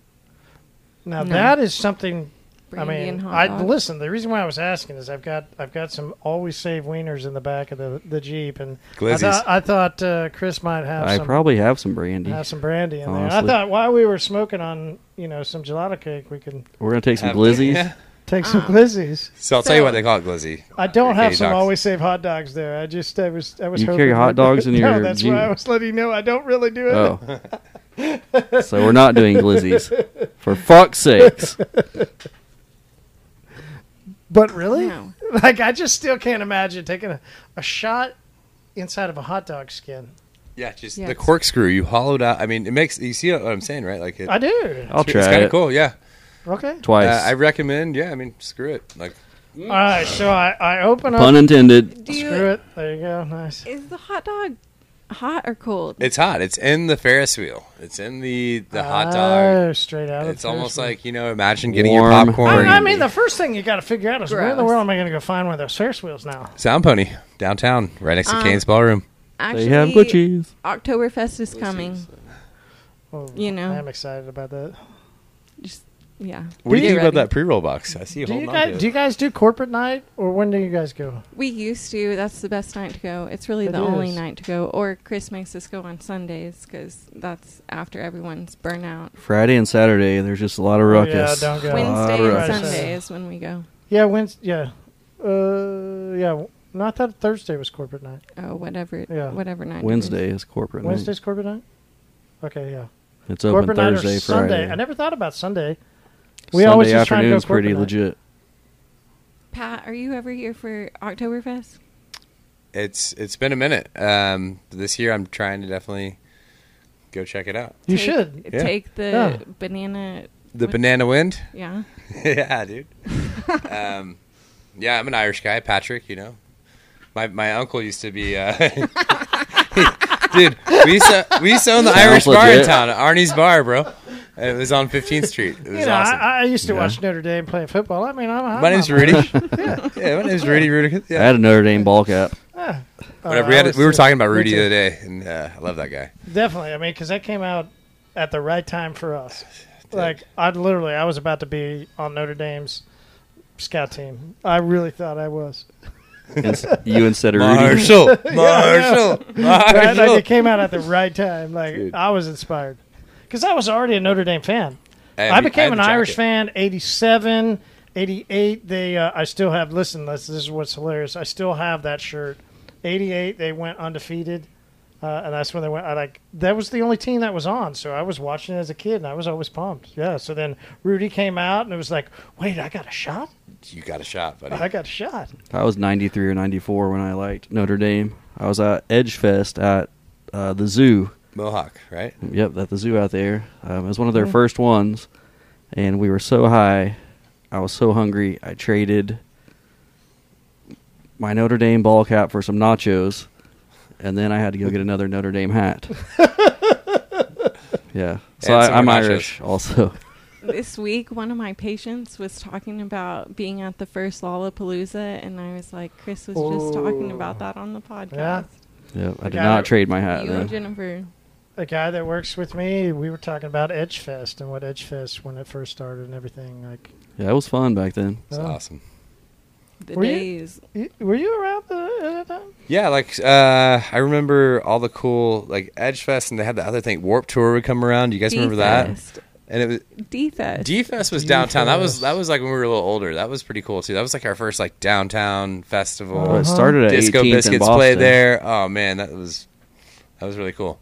Speaker 3: Now
Speaker 4: No.
Speaker 3: that is something.
Speaker 4: Brandy
Speaker 3: I
Speaker 4: and
Speaker 3: mean,
Speaker 4: hot
Speaker 3: I
Speaker 4: dog.
Speaker 3: listen. The reason why I was asking is I've got I've got some always save wieners in the back of the, the jeep, and I
Speaker 5: Glizzies.
Speaker 3: thought, I thought uh, Chris might have
Speaker 2: I
Speaker 3: some
Speaker 2: probably have some brandy.
Speaker 3: have some brandy in there. I
Speaker 2: Honestly.
Speaker 3: thought while we were smoking on you know some gelato cake, we can
Speaker 2: We're gonna take some
Speaker 5: Have-
Speaker 2: glizzies.
Speaker 5: <laughs> Yeah.
Speaker 3: take some glizzies.
Speaker 5: So I'll tell you
Speaker 4: So-
Speaker 5: what they call it, glizzy.
Speaker 3: I don't have
Speaker 5: Katie
Speaker 3: some
Speaker 5: dogs.
Speaker 3: always save hot dogs there. I just I was I was
Speaker 2: You
Speaker 3: hoping
Speaker 2: carry hot
Speaker 3: I'd-
Speaker 2: dogs in
Speaker 3: <laughs> no,
Speaker 2: your
Speaker 3: That's
Speaker 2: Jeep.
Speaker 3: why I was letting you know I don't really do it.
Speaker 2: Oh. so we're not doing glizzies. For fuck's sakes.
Speaker 3: But really,
Speaker 4: No.
Speaker 3: <laughs> like I just still can't imagine taking a, a shot inside of a hot dog skin.
Speaker 5: Yeah, just
Speaker 4: Yeah,
Speaker 5: the
Speaker 4: it's-
Speaker 5: corkscrew you hollowed out. I mean, it makes you see what I'm saying, right? Like it,
Speaker 3: I do.
Speaker 2: I'll
Speaker 5: it's
Speaker 2: try
Speaker 5: kind of
Speaker 2: it
Speaker 5: cool. Yeah,
Speaker 3: Okay.
Speaker 5: uh,
Speaker 2: twice.
Speaker 5: I recommend. Yeah, I mean, screw it. Like
Speaker 3: All right. So I I open up.
Speaker 2: Mm. Pun intended.
Speaker 4: Do
Speaker 3: Screw
Speaker 4: you,
Speaker 3: it. There you go. Nice.
Speaker 4: is the hot dog hot or cold?
Speaker 5: it's hot. It's in the Ferris wheel. It's in the the hot dog.
Speaker 3: Oh, straight out. of
Speaker 5: It's
Speaker 3: the
Speaker 5: almost
Speaker 3: Ferris
Speaker 5: like you know, imagine getting your
Speaker 2: Warm.
Speaker 5: popcorn.
Speaker 3: wheel. I, I mean, the first thing you got to figure out is where in the
Speaker 4: Gross.
Speaker 3: world am I going to go find one of those Ferris wheels now?
Speaker 5: Sound Pony downtown, right next to Kane's Ballroom.
Speaker 4: Actually,
Speaker 2: They have glitchies.
Speaker 4: Oktoberfest is coming.
Speaker 3: Well,
Speaker 4: You know.
Speaker 3: I'm Oh, excited about that.
Speaker 4: Just yeah,
Speaker 5: What do you
Speaker 4: Get
Speaker 5: think about
Speaker 4: ready.
Speaker 5: that pre-roll box? I see you
Speaker 3: Do you
Speaker 5: holding
Speaker 3: guys
Speaker 5: on
Speaker 3: do
Speaker 5: to
Speaker 3: you
Speaker 5: it.
Speaker 3: guys do corporate night or when do you guys go?
Speaker 4: We used to. That's the best night to go. It's really
Speaker 3: It
Speaker 4: the only
Speaker 3: is.
Speaker 4: night to go. Or Chris makes us go on Sundays because that's after everyone's burnout.
Speaker 2: Friday and Saturday, there's just a lot of
Speaker 3: Oh, yeah,
Speaker 2: ruckus.
Speaker 3: don't go.
Speaker 2: Lot of
Speaker 4: Wednesday
Speaker 3: Alright.
Speaker 4: and
Speaker 2: ruckus.
Speaker 4: Sunday is when we go.
Speaker 3: Yeah, Wednesday. Yeah, uh, yeah. No, I thought Thursday was corporate night.
Speaker 4: Oh, whatever. it-
Speaker 3: Yeah.
Speaker 4: Whatever night. it is.
Speaker 2: Wednesday is corporate
Speaker 3: Wednesday's corporate night. Okay, yeah.
Speaker 2: night. It's open
Speaker 3: corporate night
Speaker 2: Thursday,
Speaker 3: or Sunday.
Speaker 2: Friday.
Speaker 3: I never thought about Sunday.
Speaker 2: Sunday
Speaker 3: always just try and go
Speaker 2: afternoon's pretty
Speaker 3: corporate night.
Speaker 2: legit.
Speaker 4: Pat, are you ever here for Oktoberfest?
Speaker 5: It's it's been a minute. Um, this year, I'm trying to definitely go check it out.
Speaker 3: You
Speaker 4: Take-
Speaker 3: should.
Speaker 5: Yeah.
Speaker 4: Take the
Speaker 3: Yeah.
Speaker 4: banana.
Speaker 5: The
Speaker 4: What-
Speaker 5: Banana Wind.
Speaker 4: Yeah.
Speaker 5: <laughs> yeah, dude. um, yeah, I'm an Irish guy, Patrick. You know, my my uncle used to be. Uh, <laughs> dude, we used to we used to own the
Speaker 2: Sounds
Speaker 5: Irish bar in
Speaker 2: legit.
Speaker 5: town, Arnie's Bar, bro. And it was on 15th Street. It was
Speaker 3: You know,
Speaker 5: awesome.
Speaker 3: I, I used to
Speaker 2: Yeah.
Speaker 3: watch Notre Dame play football. I mean, I'm. I'm
Speaker 5: my name's
Speaker 3: I'm- <laughs>
Speaker 5: Rudy. yeah, my name's Rudy Rudy.
Speaker 2: I
Speaker 5: Yeah.
Speaker 2: had a Notre Dame ball
Speaker 3: <laughs>
Speaker 2: cap.
Speaker 3: Yeah. Uh,
Speaker 5: Whatever.
Speaker 3: I
Speaker 5: We, had,
Speaker 3: always
Speaker 5: we were
Speaker 3: did.
Speaker 5: talking about Rudy
Speaker 3: Me
Speaker 5: the
Speaker 3: too.
Speaker 5: other day, and uh, I love that guy.
Speaker 3: Definitely. I mean, because that came out at the right time for us. Like, I literally, I was about to be on Notre Dame's scout team. I really thought I
Speaker 5: <laughs>
Speaker 3: was.
Speaker 2: Ins- you instead of Rudy.
Speaker 3: <laughs>
Speaker 5: Marshall, Marshall,
Speaker 3: Right? Like, it
Speaker 5: Marshall.
Speaker 3: came out at the right time. Like,
Speaker 5: Dude.
Speaker 3: I was inspired. Because I was already a Notre Dame fan.
Speaker 5: Hey,
Speaker 3: I
Speaker 5: had
Speaker 3: became an
Speaker 5: the
Speaker 3: Irish
Speaker 5: jacket.
Speaker 3: fan 87, 88. They, uh, I still have, listen, this, this is what's hilarious. I still have that shirt. 88, they went undefeated. Uh, and that's when they went. I like that was the only team that was on, so I was watching it as a kid, and I was always pumped. Yeah. So then Rudy came out, and it was like, "Wait, I got a shot!
Speaker 5: You got a shot, buddy.
Speaker 3: I got a shot!"
Speaker 2: I was 93 or 94 when I liked Notre Dame. I was at Edgefest at uh, the zoo.
Speaker 5: Mohawk, right?
Speaker 2: Yep, at the zoo out there. Um, it was one of their first ones, and we were so high. I was so hungry. I traded my Notre Dame ball cap for some nachos, and then I had to go get another Notre Dame
Speaker 3: <laughs>
Speaker 2: hat. yeah, so
Speaker 5: And
Speaker 2: I,
Speaker 5: some
Speaker 2: I'm
Speaker 5: more nachos.
Speaker 2: Irish also. <laughs>
Speaker 4: this week, one of my patients was talking about being at the first Lollapalooza, and I was like, Chris was just talking
Speaker 3: Oh.
Speaker 4: about that on the podcast.
Speaker 2: Yep, I did
Speaker 3: got it.
Speaker 2: not trade my
Speaker 5: Uh,
Speaker 2: hat
Speaker 4: you and
Speaker 2: then.
Speaker 4: Jennifer.
Speaker 3: The guy that works with me, we were talking about Edgefest and what Edgefest when it first started and everything. Like,
Speaker 2: Yeah, it was fun back then.
Speaker 5: It's
Speaker 3: Oh.
Speaker 5: awesome.
Speaker 4: The
Speaker 3: Were you-
Speaker 4: days.
Speaker 3: y- were you around the, at that time?
Speaker 5: Yeah, like uh, I remember all the cool like Edge Fest, and they had the other thing Warp Tour would come around. You guys remember that?
Speaker 4: Defest.
Speaker 5: And it was
Speaker 4: Defest.
Speaker 5: D Fest was downtown. That was
Speaker 3: D-Fest.
Speaker 5: that was like when we were a little older. That was pretty cool too. That was like our first like downtown festival.
Speaker 3: Uh-huh. Oh,
Speaker 2: Well, it started at
Speaker 5: Disco
Speaker 2: 18th in
Speaker 5: Biscuits
Speaker 2: Boston.
Speaker 5: played there. Oh man, that was that was really cool.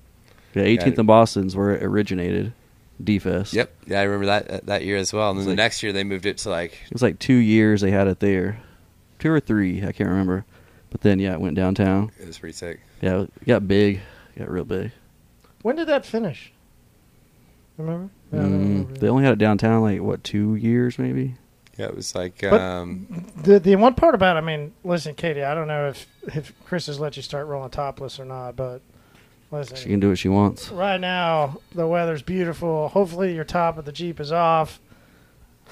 Speaker 2: Yeah, 18th and Boston's where it originated. D-Fest.
Speaker 5: Yep. Yeah, I remember that that- that year as well. And then
Speaker 2: It's like-
Speaker 5: the next year they moved it to like
Speaker 2: It was like two years they had it there, two or three, I can't remember. But then yeah, it went downtown.
Speaker 5: it was pretty sick.
Speaker 2: Yeah, it got big, It got real big.
Speaker 3: When did that finish? Remember? Yeah, I don't remember.
Speaker 2: Mm, they only had it downtown like what two years maybe.
Speaker 5: Yeah, it was like
Speaker 3: But-
Speaker 5: um,
Speaker 3: The the one part about I mean, listen, Katie, I don't know if if Chris has let you start rolling topless or not, but
Speaker 2: She
Speaker 3: listen,
Speaker 2: can do what she wants.
Speaker 3: right now the weather's beautiful. Hopefully, your top of the jeep is off.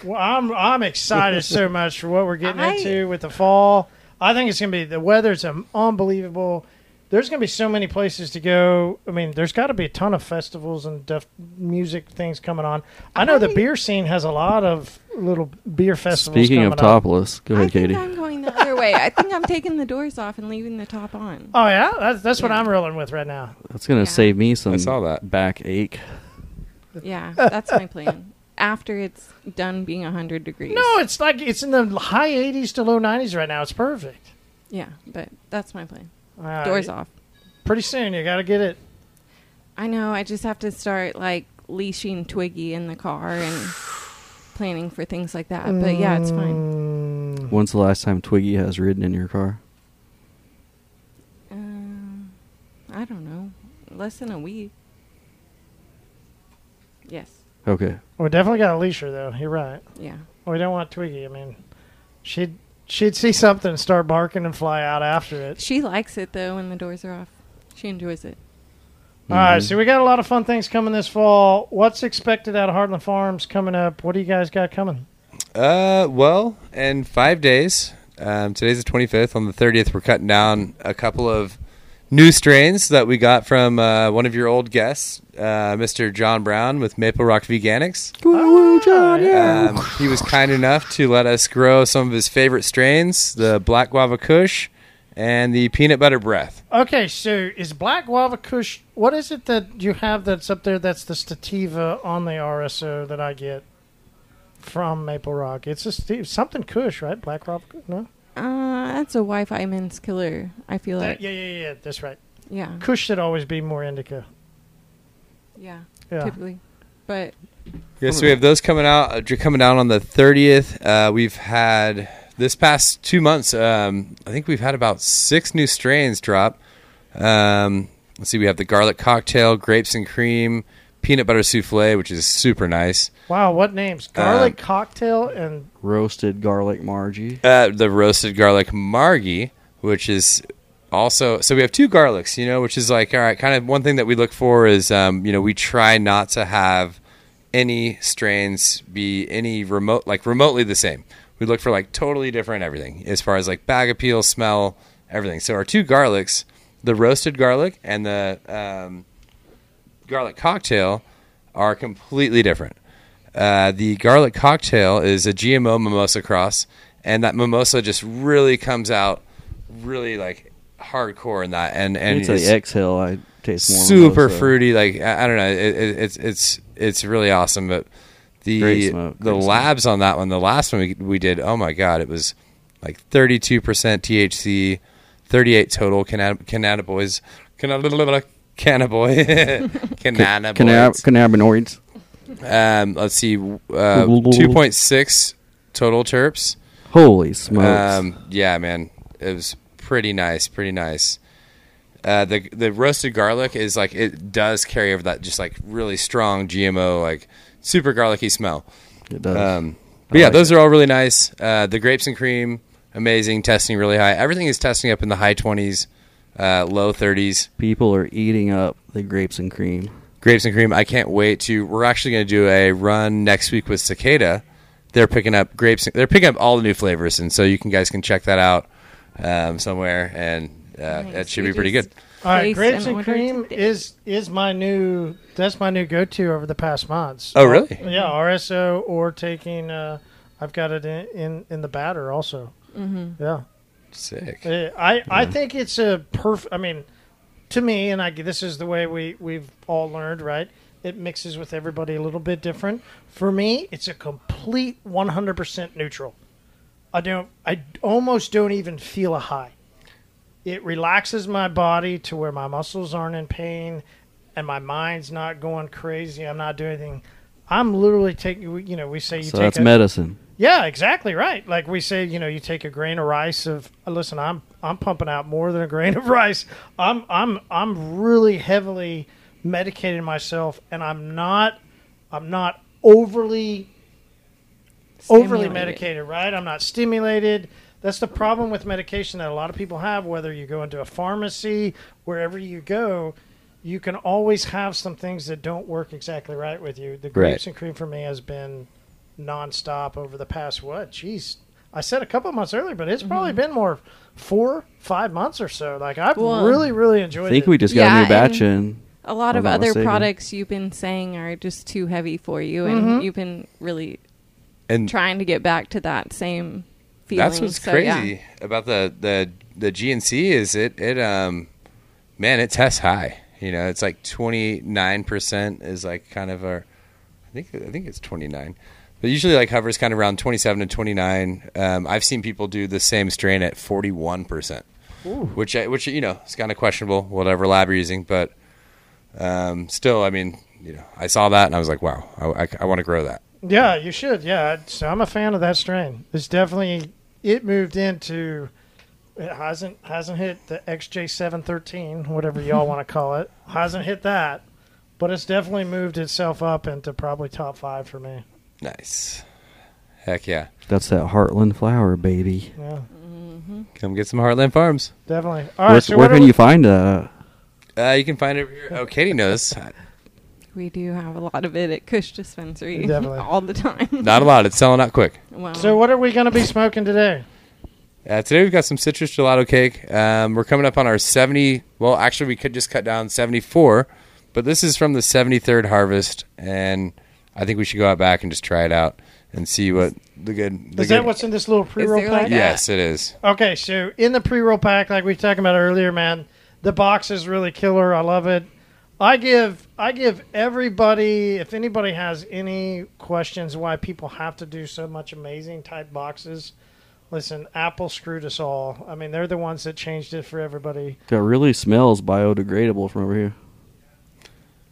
Speaker 3: Well, I'm I'm excited so
Speaker 4: <laughs>
Speaker 3: much for what we're getting
Speaker 4: I-
Speaker 3: into with the fall. I think it's gonna be the weather's um, unbelievable. there's going to be so many places to go. I mean, there's got to be a ton of festivals and def- music things coming on. I know the
Speaker 4: I-
Speaker 3: beer scene has a lot of little beer festivals.
Speaker 2: Speaking of
Speaker 3: coming up.
Speaker 2: topless, go
Speaker 4: I
Speaker 2: ahead,
Speaker 4: think
Speaker 2: Katie.
Speaker 4: I'm going the other way. I think I'm taking the doors off and leaving the top on.
Speaker 3: Oh yeah, that's, that's what I'm rolling with right now.
Speaker 2: That's gonna
Speaker 4: Yeah.
Speaker 2: save me some
Speaker 5: I saw that.
Speaker 2: back ache.
Speaker 4: Yeah, that's my plan. After it's done being 100 degrees.
Speaker 3: No, it's like it's in the high 80s to low 90s right now. It's perfect.
Speaker 4: Yeah, but that's my plan.
Speaker 3: Uh,
Speaker 4: Doors off.
Speaker 3: Pretty soon, you got to get it.
Speaker 4: I know. I just have to start like leashing Twiggy in the car and planning for things like that. But yeah, it's fine.
Speaker 3: Mm,
Speaker 2: When's the last time Twiggy has ridden in your car?
Speaker 4: Um, I don't know. Less than a week. Yes.
Speaker 2: Okay.
Speaker 3: we definitely got to leash her though. You're right.
Speaker 4: Yeah.
Speaker 3: We don't want Twiggy. I mean, she'd she'd see something and start barking and fly out after it.
Speaker 4: She likes it though when the doors are off. She enjoys it.
Speaker 3: All right, so we got a lot of fun things coming this fall. What's expected out of Heartland Farms coming up? What do you guys got coming?
Speaker 5: Uh, well, in five days, um, today's the 25th. On the 30th, we're cutting down a couple of new strains that we got from uh, one of your old guests, uh, Mr. John Brown with Maple Rock Veganics.
Speaker 3: Oh,
Speaker 5: Um, he was kind enough to let us grow some of his favorite strains the Black Guava Kush and the Peanut Butter Breath.
Speaker 3: Okay, so is Black Guava Kush? What is it that you have that's up there? That's the Stativa on the RSO that I get from Maple Rock. It's a sti- something Kush, right? Black Guava Kush? No.
Speaker 4: Uh, that's a Wi-Fi man's killer. I feel
Speaker 3: That-
Speaker 4: like.
Speaker 3: yeah, yeah, yeah, yeah. That's right.
Speaker 4: Yeah.
Speaker 3: Kush should always be more indica.
Speaker 4: Yeah.
Speaker 3: Yeah.
Speaker 4: Typically. But
Speaker 5: Yes, so we have those coming out uh, coming down on the thirtieth. Uh, we've had this past two months. Um, I think we've had about six new strains drop. Um, let's see, we have the garlic cocktail, grapes and cream, peanut butter souffle, which is super nice.
Speaker 3: Wow, what names?
Speaker 5: Uh,
Speaker 3: Garlic cocktail and
Speaker 2: Roasted garlic Margie.
Speaker 5: Uh, the roasted garlic margie, which is also so we have two garlics. You know, which is like all right, kind of one thing that we look for is um, you know we try not to have any strains be any remote like remotely the same. We look for like totally different everything as far as like bag appeal, smell, everything. So our two garlics, the roasted garlic and the um, garlic cocktail, are completely different. Uh, the garlic cocktail is a GMO mimosa cross, and that mimosa just really comes out really like hardcore in that. And and
Speaker 2: it's the exhale. I taste more uh,
Speaker 5: super
Speaker 2: mimosa.
Speaker 5: fruity. Like I, I don't know, it, it, it's it's it's really awesome. But the
Speaker 2: Great smoke,
Speaker 5: the
Speaker 2: great
Speaker 5: labs on that one, the last one we, we did, oh my god, it was like thirty two percent THC, thirty eight total cannab- cannabinoids, cannabinoid, cannabinoid, <laughs>
Speaker 2: Ca- cannab-
Speaker 5: cannabinoids.
Speaker 2: cannabinoids.
Speaker 5: Um, let's see, uh, two point six total terps.
Speaker 2: Holy smokes!
Speaker 5: Um, yeah, man, it was pretty nice, pretty nice. Uh, the the roasted garlic is like it does carry over that just like really strong GMO like super garlicky smell.
Speaker 2: it does.
Speaker 5: Um, but yeah, those are all really nice. Uh, the grapes and cream, amazing, testing really high. Everything is testing up in the high twenties, uh, low thirties.
Speaker 2: People are eating up the grapes and cream.
Speaker 5: Grapes and Cream. I can't wait to. We're actually going to do a run next week with Cicada. They're picking up grapes. They're picking up all the new flavors, and so you can guys can check that out um, somewhere, and uh,
Speaker 4: Nice.
Speaker 5: that should
Speaker 4: We
Speaker 5: be pretty
Speaker 4: just-
Speaker 5: good.
Speaker 3: All right,
Speaker 4: Place
Speaker 3: grapes
Speaker 4: and
Speaker 3: and
Speaker 4: order
Speaker 3: cream
Speaker 4: today.
Speaker 3: is is my new that's my new go to over the past months.
Speaker 5: Oh, really?
Speaker 3: Yeah, RSO or taking uh, I've got it in in, in the batter also. Mm-hmm. Yeah,
Speaker 5: Sick.
Speaker 3: Uh, I I think it's a perfect. I mean, to me, and I this is the way we we've all learned, right? It mixes with everybody a little bit different. For me, it's a complete one hundred percent neutral. I don't. I almost don't even feel a high. It relaxes my body to where my muscles aren't in pain, and my mind's not going crazy. I'm not doing anything. I'm literally taking. You know, we say you
Speaker 2: So
Speaker 3: take
Speaker 2: that's
Speaker 3: a,
Speaker 2: medicine.
Speaker 3: yeah, exactly right. Like we say, you know, you take a grain of rice of uh, listen, I'm I'm pumping out more than a grain of <laughs> rice. I'm I'm I'm really heavily medicating myself and I'm not I'm not overly overly
Speaker 4: Stimulated.
Speaker 3: medicated, right? I'm not stimulated. That's the problem with medication that a lot of people have, whether you go into a pharmacy, wherever you go, you can always have some things that don't work exactly right with you. The grapes
Speaker 5: Right.
Speaker 3: and cream for me has been nonstop over the past what? Jeez, I said a couple months earlier, but it's probably
Speaker 4: Mm-hmm.
Speaker 3: been more four, five months or so. Like I've
Speaker 4: Well-
Speaker 3: really, really enjoyed.
Speaker 2: I think
Speaker 3: it.
Speaker 2: we just got
Speaker 4: Yeah,
Speaker 2: a new batch
Speaker 4: and-
Speaker 2: in.
Speaker 4: A lot
Speaker 2: I'm
Speaker 4: of
Speaker 2: not
Speaker 4: other
Speaker 2: mistaken.
Speaker 4: products you've been saying are just too heavy for you, and
Speaker 3: Mm-hmm.
Speaker 4: you've been really
Speaker 5: And
Speaker 4: trying to get back to that same feeling.
Speaker 5: that's what's
Speaker 4: So, yeah.
Speaker 5: crazy about the the the GNC is it it um man it tests high. You know, it's like twenty nine percent is like kind of our I think I think it's twenty nine. But usually like hovers kind of around twenty seven to twenty nine. Um, I've seen people do the same strain at forty one percent. Which I, which you know, it's kind of questionable, whatever lab you're using, but um, still, I mean, you know, I saw that and I was like, wow, I, I, I want to grow that.
Speaker 3: Yeah, you should. Yeah, so I'm a fan of that strain. It's definitely it moved into it hasn't hasn't hit the XJ713, whatever y'all want to call it, hasn't hit that, but it's definitely moved itself up into probably top five for me.
Speaker 5: Nice, heck yeah!
Speaker 2: That's that Heartland flower, baby.
Speaker 3: Yeah,
Speaker 5: Come get some Heartland Farms.
Speaker 3: definitely. All right,
Speaker 2: where
Speaker 3: so
Speaker 2: where
Speaker 3: what are
Speaker 2: can
Speaker 3: we-
Speaker 2: you find that?
Speaker 5: Uh, you can find it over here. Oh, Katie knows.
Speaker 4: We do have a lot of it at Kush Dispensary
Speaker 3: <laughs> Definitely.
Speaker 4: <laughs> all
Speaker 2: <laughs>
Speaker 4: the time.
Speaker 5: Not a lot. It's selling out quick.
Speaker 4: wow.
Speaker 3: So what are we going to be smoking today?
Speaker 5: Uh, today we've got some citrus gelato cake. Um, we're coming up on our 70. Well, actually, we could just cut down 74, but this is from the 73rd harvest, and I think we should go out back and just try it out and see what the good. The
Speaker 3: Is that
Speaker 5: good-
Speaker 3: what's in this little pre-roll
Speaker 4: there
Speaker 3: pack?
Speaker 4: like-
Speaker 5: Yes, it is.
Speaker 3: Okay, so in the pre-roll pack, like we talked about earlier, man, the box is really killer. I love it. I give I give everybody if anybody has any questions why people have to do so much amazing type boxes. Listen, Apple screwed us all. I mean, they're the ones that changed it for everybody.
Speaker 2: It really smells biodegradable from over here.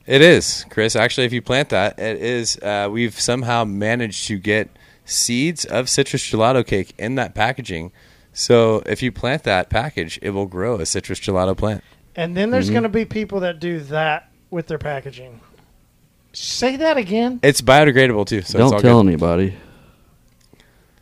Speaker 5: It is, Chris. Actually, if you plant that, it is. Uh, we've somehow managed to get seeds of citrus gelato cake in that packaging. So if you plant that package, it will grow a citrus gelato plant.
Speaker 3: And then
Speaker 2: Mm-hmm.
Speaker 3: there's going to be people that do that with their packaging. Say that again.
Speaker 5: It's biodegradable too, so it's all
Speaker 2: Don't tell
Speaker 5: good.
Speaker 2: anybody.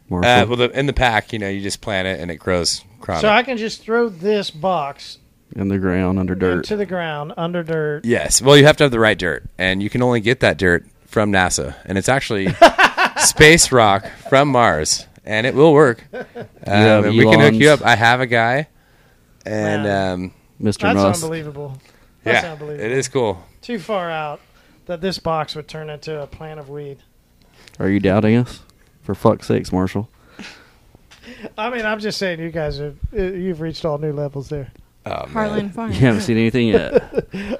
Speaker 2: Marshall.
Speaker 5: Uh, well, the, in the pack, you know, you just plant it and it grows. Chronic.
Speaker 3: So I can just throw this box
Speaker 2: in the ground under dirt.
Speaker 3: to the ground under dirt.
Speaker 5: yes. Well, you have to have the right dirt, and you can only get that dirt from NASA, and it's actually
Speaker 3: <laughs>
Speaker 5: space rock from Mars, and it will work. Um,
Speaker 2: have
Speaker 5: and we can hook
Speaker 2: Elon's-
Speaker 5: you up. I have a guy, and
Speaker 3: Wow.
Speaker 5: um,
Speaker 2: Mr.
Speaker 3: That's
Speaker 2: Musk.
Speaker 3: unbelievable. That's
Speaker 5: yeah,
Speaker 3: unbelievable.
Speaker 5: it is cool.
Speaker 3: too far out that this box would turn into a plant of weed.
Speaker 2: Are you doubting us? For fuck's sakes,
Speaker 4: <laughs>
Speaker 2: Marshall.
Speaker 3: I mean, I'm just saying, you guys have uh, you've reached all new levels there.
Speaker 5: Oh,
Speaker 2: <laughs>
Speaker 4: Harlan Farm.
Speaker 2: You haven't seen anything
Speaker 3: <laughs>
Speaker 2: yet.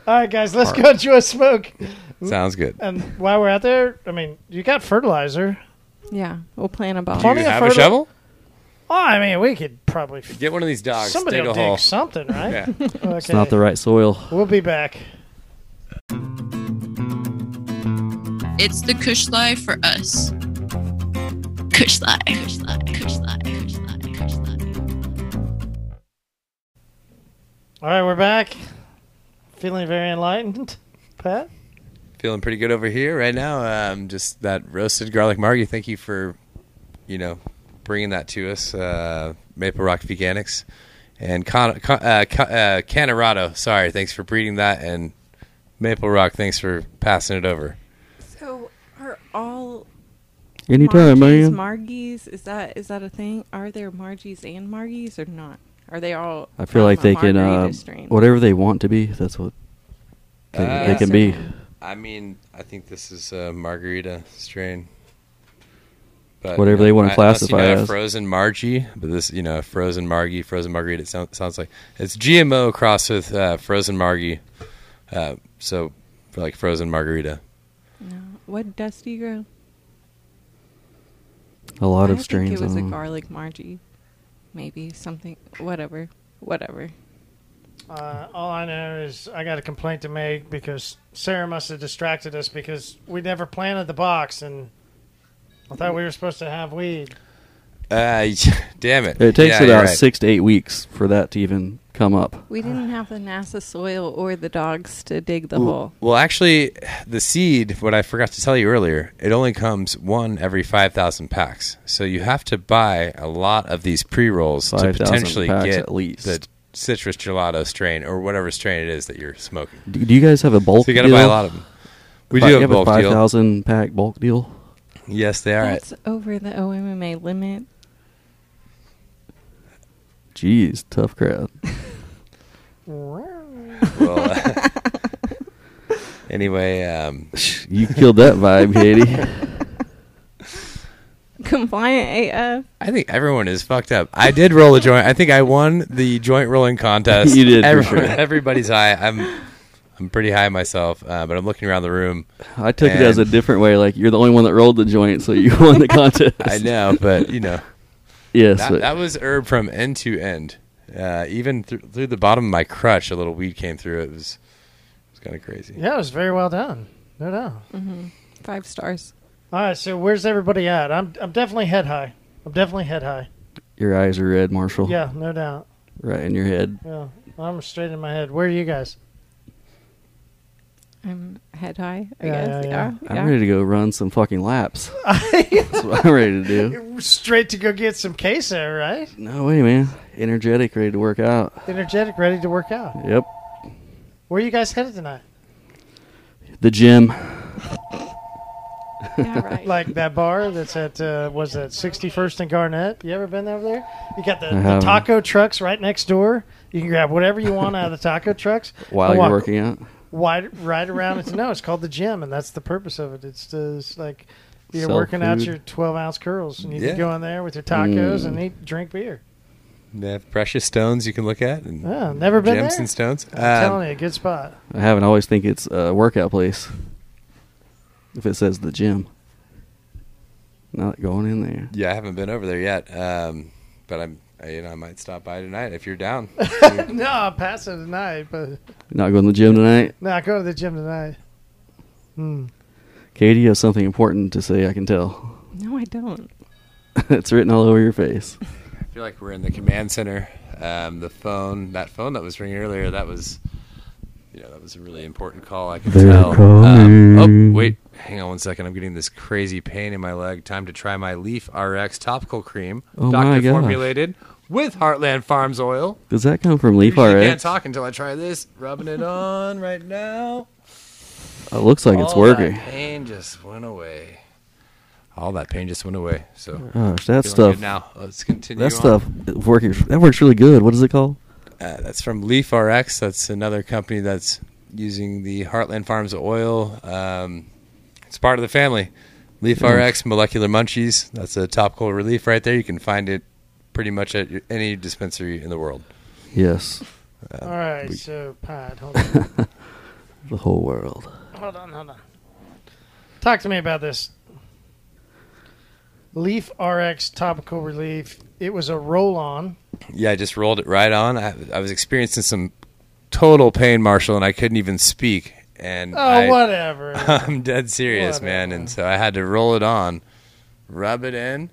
Speaker 3: All right, guys, let's go enjoy a smoke.
Speaker 5: man. sounds good.
Speaker 3: And while we're out there, I mean, you got fertilizer.
Speaker 4: Yeah, we'll plan a box.
Speaker 5: Do you
Speaker 3: Plenty of
Speaker 5: have a
Speaker 3: fertile-
Speaker 5: shovel?
Speaker 3: Oh, I mean, we could probably f-
Speaker 5: Get one of these dogs.
Speaker 3: somebody
Speaker 5: dig
Speaker 3: will
Speaker 5: a
Speaker 3: dig
Speaker 5: hole.
Speaker 3: something, right?
Speaker 5: Yeah.
Speaker 3: Okay,
Speaker 2: <laughs> It's not the right soil.
Speaker 3: we'll be back.
Speaker 1: It's the Kush Life for us. Kush Life. Kush Life. Kush Life. Kush Life. Kush Life.
Speaker 3: All right, we're back. Feeling very enlightened, Pat.
Speaker 5: Feeling pretty good over here right now. Um, just that roasted garlic margie. Thank you for, you know, bringing that to us. Uh, Maple Rock Veganics and Con- Con- uh, Con- uh, Canerado. Sorry, thanks for breeding that. And Maple Rock, thanks for passing it over.
Speaker 4: So are all
Speaker 2: Anytime,
Speaker 4: Margies,
Speaker 2: man.
Speaker 4: Margies? Is that is that a thing? Are there Margies and Margies or not? Are they all?
Speaker 2: I feel
Speaker 4: from
Speaker 2: like
Speaker 4: a
Speaker 2: they can,
Speaker 4: margarita
Speaker 2: uh,
Speaker 4: strain?
Speaker 2: whatever they want to be, that's what they,
Speaker 5: Uh,
Speaker 2: they can be.
Speaker 5: I mean, I think this is a margarita strain. But,
Speaker 2: Whatever they wanna
Speaker 5: I- unless you
Speaker 2: classify
Speaker 5: know,
Speaker 2: as.
Speaker 5: frozen margie, but this you know frozen margie, frozen margarita. It sounds, sounds like it's GMO crossed with uh, frozen margie, uh, so for like frozen margarita.
Speaker 4: No. What dust do you grow?
Speaker 2: A lot
Speaker 4: I
Speaker 2: of strains.
Speaker 4: Think it
Speaker 2: I
Speaker 4: was a
Speaker 2: don't know.
Speaker 4: garlic Margie, maybe something. Whatever, whatever.
Speaker 3: Uh, all I know is I got a complaint to make because Sarah must have distracted us because we never planted the box and I thought we were supposed to have weed.
Speaker 5: Uh, <laughs> damn it!
Speaker 2: It takes
Speaker 5: Yeah, you're
Speaker 2: about
Speaker 5: right.
Speaker 2: six to eight weeks for that to even come up.
Speaker 4: We didn't have the NASA soil or the dogs to dig the hole.
Speaker 5: Well, actually, the seed, what I forgot to tell you earlier, it only comes one every 5,000 packs. So you have to buy a lot of these pre rolls to
Speaker 2: 5,000
Speaker 5: potentially
Speaker 2: packs
Speaker 5: get
Speaker 2: at least.
Speaker 5: the citrus gelato strain or whatever strain it is that you're smoking.
Speaker 2: Do, do you guys have a bulk?
Speaker 5: So you got to
Speaker 2: deal?
Speaker 5: buy a lot of them. We
Speaker 2: Fi-
Speaker 5: do
Speaker 2: you
Speaker 5: have
Speaker 2: have
Speaker 5: a bulk
Speaker 2: a five
Speaker 5: deal.
Speaker 2: thousand pack bulk deal.
Speaker 5: Yes, they are.
Speaker 4: That's over the OMMA limit. <laughs>
Speaker 2: Jeez, tough crowd.
Speaker 5: Well, uh, <laughs> anyway, um,
Speaker 2: You killed that vibe,
Speaker 5: <laughs>
Speaker 2: Katie.
Speaker 4: Compliant AF.
Speaker 5: I think everyone is fucked up. I did roll a joint. I think I won the joint rolling contest. <laughs>
Speaker 2: You did, for
Speaker 5: Everyone-
Speaker 2: sure.
Speaker 5: Everybody's high. I'm I'm pretty high myself, uh, but I'm looking around the room.
Speaker 2: I took it as a
Speaker 5: And-
Speaker 2: different way. Like you're the only one that rolled the joint, so you <laughs> won the contest.
Speaker 5: <laughs> <laughs> I know, but you know
Speaker 2: Yes.
Speaker 5: that,
Speaker 2: but-
Speaker 5: that was herb from end to end. Uh, even thr- through the bottom of my crutch, a little weed came through. It was it was kind of crazy.
Speaker 3: Yeah, it was very well done. No doubt.
Speaker 4: Five stars.
Speaker 3: All right, so where's everybody at? I'm I'm definitely head high. I'm definitely head high.
Speaker 2: your eyes are red, Marshall.
Speaker 3: Yeah, no doubt.
Speaker 2: Right in your head.
Speaker 3: Yeah, I'm straight in my head. Where are you <laughs> guys?
Speaker 4: I'm head high, I
Speaker 3: Yeah,
Speaker 4: guess.
Speaker 3: yeah,
Speaker 4: Yeah.
Speaker 3: yeah.
Speaker 2: I'm
Speaker 4: yeah.
Speaker 2: ready to go run some fucking laps. That's what I'm ready to
Speaker 3: <laughs>
Speaker 2: do.
Speaker 3: Straight to go get some queso, right?
Speaker 2: No way, man. Energetic, ready to work out.
Speaker 3: Energetic, ready to work out.
Speaker 2: Yep.
Speaker 3: Where are you guys headed tonight?
Speaker 2: The gym.
Speaker 4: Yeah,
Speaker 2: <laughs>
Speaker 4: right.
Speaker 3: Like that bar that's at uh, was that 61st and Garnett? You ever been over there? You got the,
Speaker 2: I
Speaker 3: the
Speaker 2: haven't.
Speaker 3: taco trucks right next door. You can grab whatever you want out of the taco trucks
Speaker 2: <laughs> While
Speaker 3: and
Speaker 2: you're
Speaker 3: walk
Speaker 2: working out.
Speaker 3: Wide, right around. It's no, it's called the gym, and that's the purpose of it. It's just like you're
Speaker 2: Sell
Speaker 3: working out
Speaker 2: food.
Speaker 3: your 12 ounce curls, and you
Speaker 5: Yeah.
Speaker 3: can go in there with your tacos
Speaker 2: Mm.
Speaker 3: and eat, drink beer.
Speaker 5: They have precious stones you can look at and
Speaker 3: Yeah, never been
Speaker 5: gems
Speaker 3: there.
Speaker 5: and stones.
Speaker 3: I'm
Speaker 5: Um,
Speaker 3: telling you, good spot.
Speaker 2: I haven't I always think it's a workout place. If it says the gym. Not going in there.
Speaker 5: Yeah, I haven't been over there yet, um, but I'm I, you know I might stop by tonight if
Speaker 3: <laughs>
Speaker 5: you're down.
Speaker 3: No, I'm passing tonight, but
Speaker 2: Not going to the gym tonight.
Speaker 3: no, I go to the gym tonight. Hmm.
Speaker 2: Katie you have something important to say, I can tell. <laughs>
Speaker 4: no, I don't.
Speaker 2: it's written all over your face.
Speaker 5: I feel like we're in the command center. Um, the phone, that phone that was ringing earlier, that was you know that was a really important call. I can tell. Um, oh wait, hang on one second. I'm getting this crazy pain in my leg. Time to try my Leaf RX topical cream,
Speaker 2: Oh
Speaker 5: doctor
Speaker 2: my gosh.
Speaker 5: formulated with Heartland Farms oil.
Speaker 2: Does that come from Leaf
Speaker 5: Usually can't
Speaker 2: RX?
Speaker 5: talk until I try this. Rubbing it on right now.
Speaker 2: It looks like it's
Speaker 5: All
Speaker 2: working.
Speaker 5: That pain just went away. All that pain just went away. So
Speaker 2: Gosh, Oh, that
Speaker 5: feeling
Speaker 2: stuff.
Speaker 5: good now let's continue.
Speaker 2: That
Speaker 5: on.
Speaker 2: stuff it working. That works really good. What is it called?
Speaker 5: Uh, that's from Leaf RX. That's another company that's using the Heartland Farms oil. Um, it's part of the family. Leaf RX Molecular Munchies. That's a topical relief right there. You can find it pretty much at your- any dispensary in the world.
Speaker 2: Yes,
Speaker 5: uh,
Speaker 3: All right, so Pod, hold on,
Speaker 2: the whole world.
Speaker 3: hold on, hold on. Talk to me about this. Leaf RX topical relief. It was a roll-on.
Speaker 5: Yeah, I just rolled it right on. I, I was experiencing some total pain, Marshall, and I couldn't even speak. And
Speaker 3: Oh,
Speaker 5: I,
Speaker 3: whatever.
Speaker 5: <laughs> I'm dead serious, man.
Speaker 3: Whatever.
Speaker 5: And so I had to roll it on, rub it in,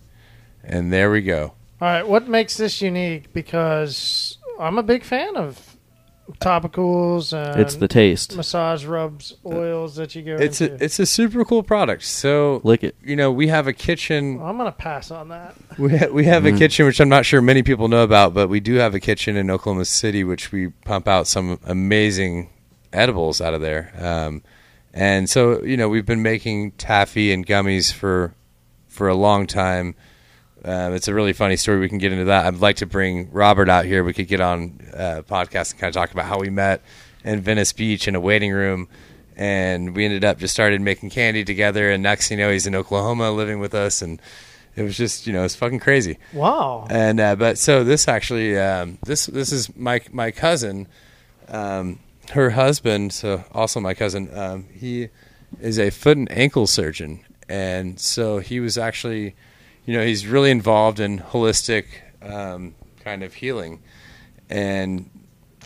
Speaker 5: and there we go.
Speaker 3: All right, what makes this unique? Because I'm a big fan of topicals and
Speaker 2: it's the taste.
Speaker 3: massage rubs, oils that you go
Speaker 5: It's
Speaker 3: into.
Speaker 5: a it's a super cool product. So
Speaker 2: Lick it.
Speaker 5: you know we have a kitchen.
Speaker 3: I'm gonna pass on that.
Speaker 5: <laughs> We ha- we have a kitchen which I'm not sure many people know about, but we do have a kitchen in Oklahoma City which we pump out some amazing edibles out of there. Um, and so you know we've been making taffy and gummies for for a long time. Um, it's a really funny story. We can get into that. I'd like to bring Robert out here. We could get on uh, podcast and kind of talk about how we met in Venice Beach in a waiting room, and we ended up just started making candy together. And next thing you know, he's in Oklahoma living with us, and it was just you know it's fucking crazy.
Speaker 3: Wow.
Speaker 5: And uh, but so this actually um, this this is my my cousin, um, her husband, so also my cousin. Um, he is a foot and ankle surgeon, and so he was actually, you know, he's really involved in holistic um, kind of healing, and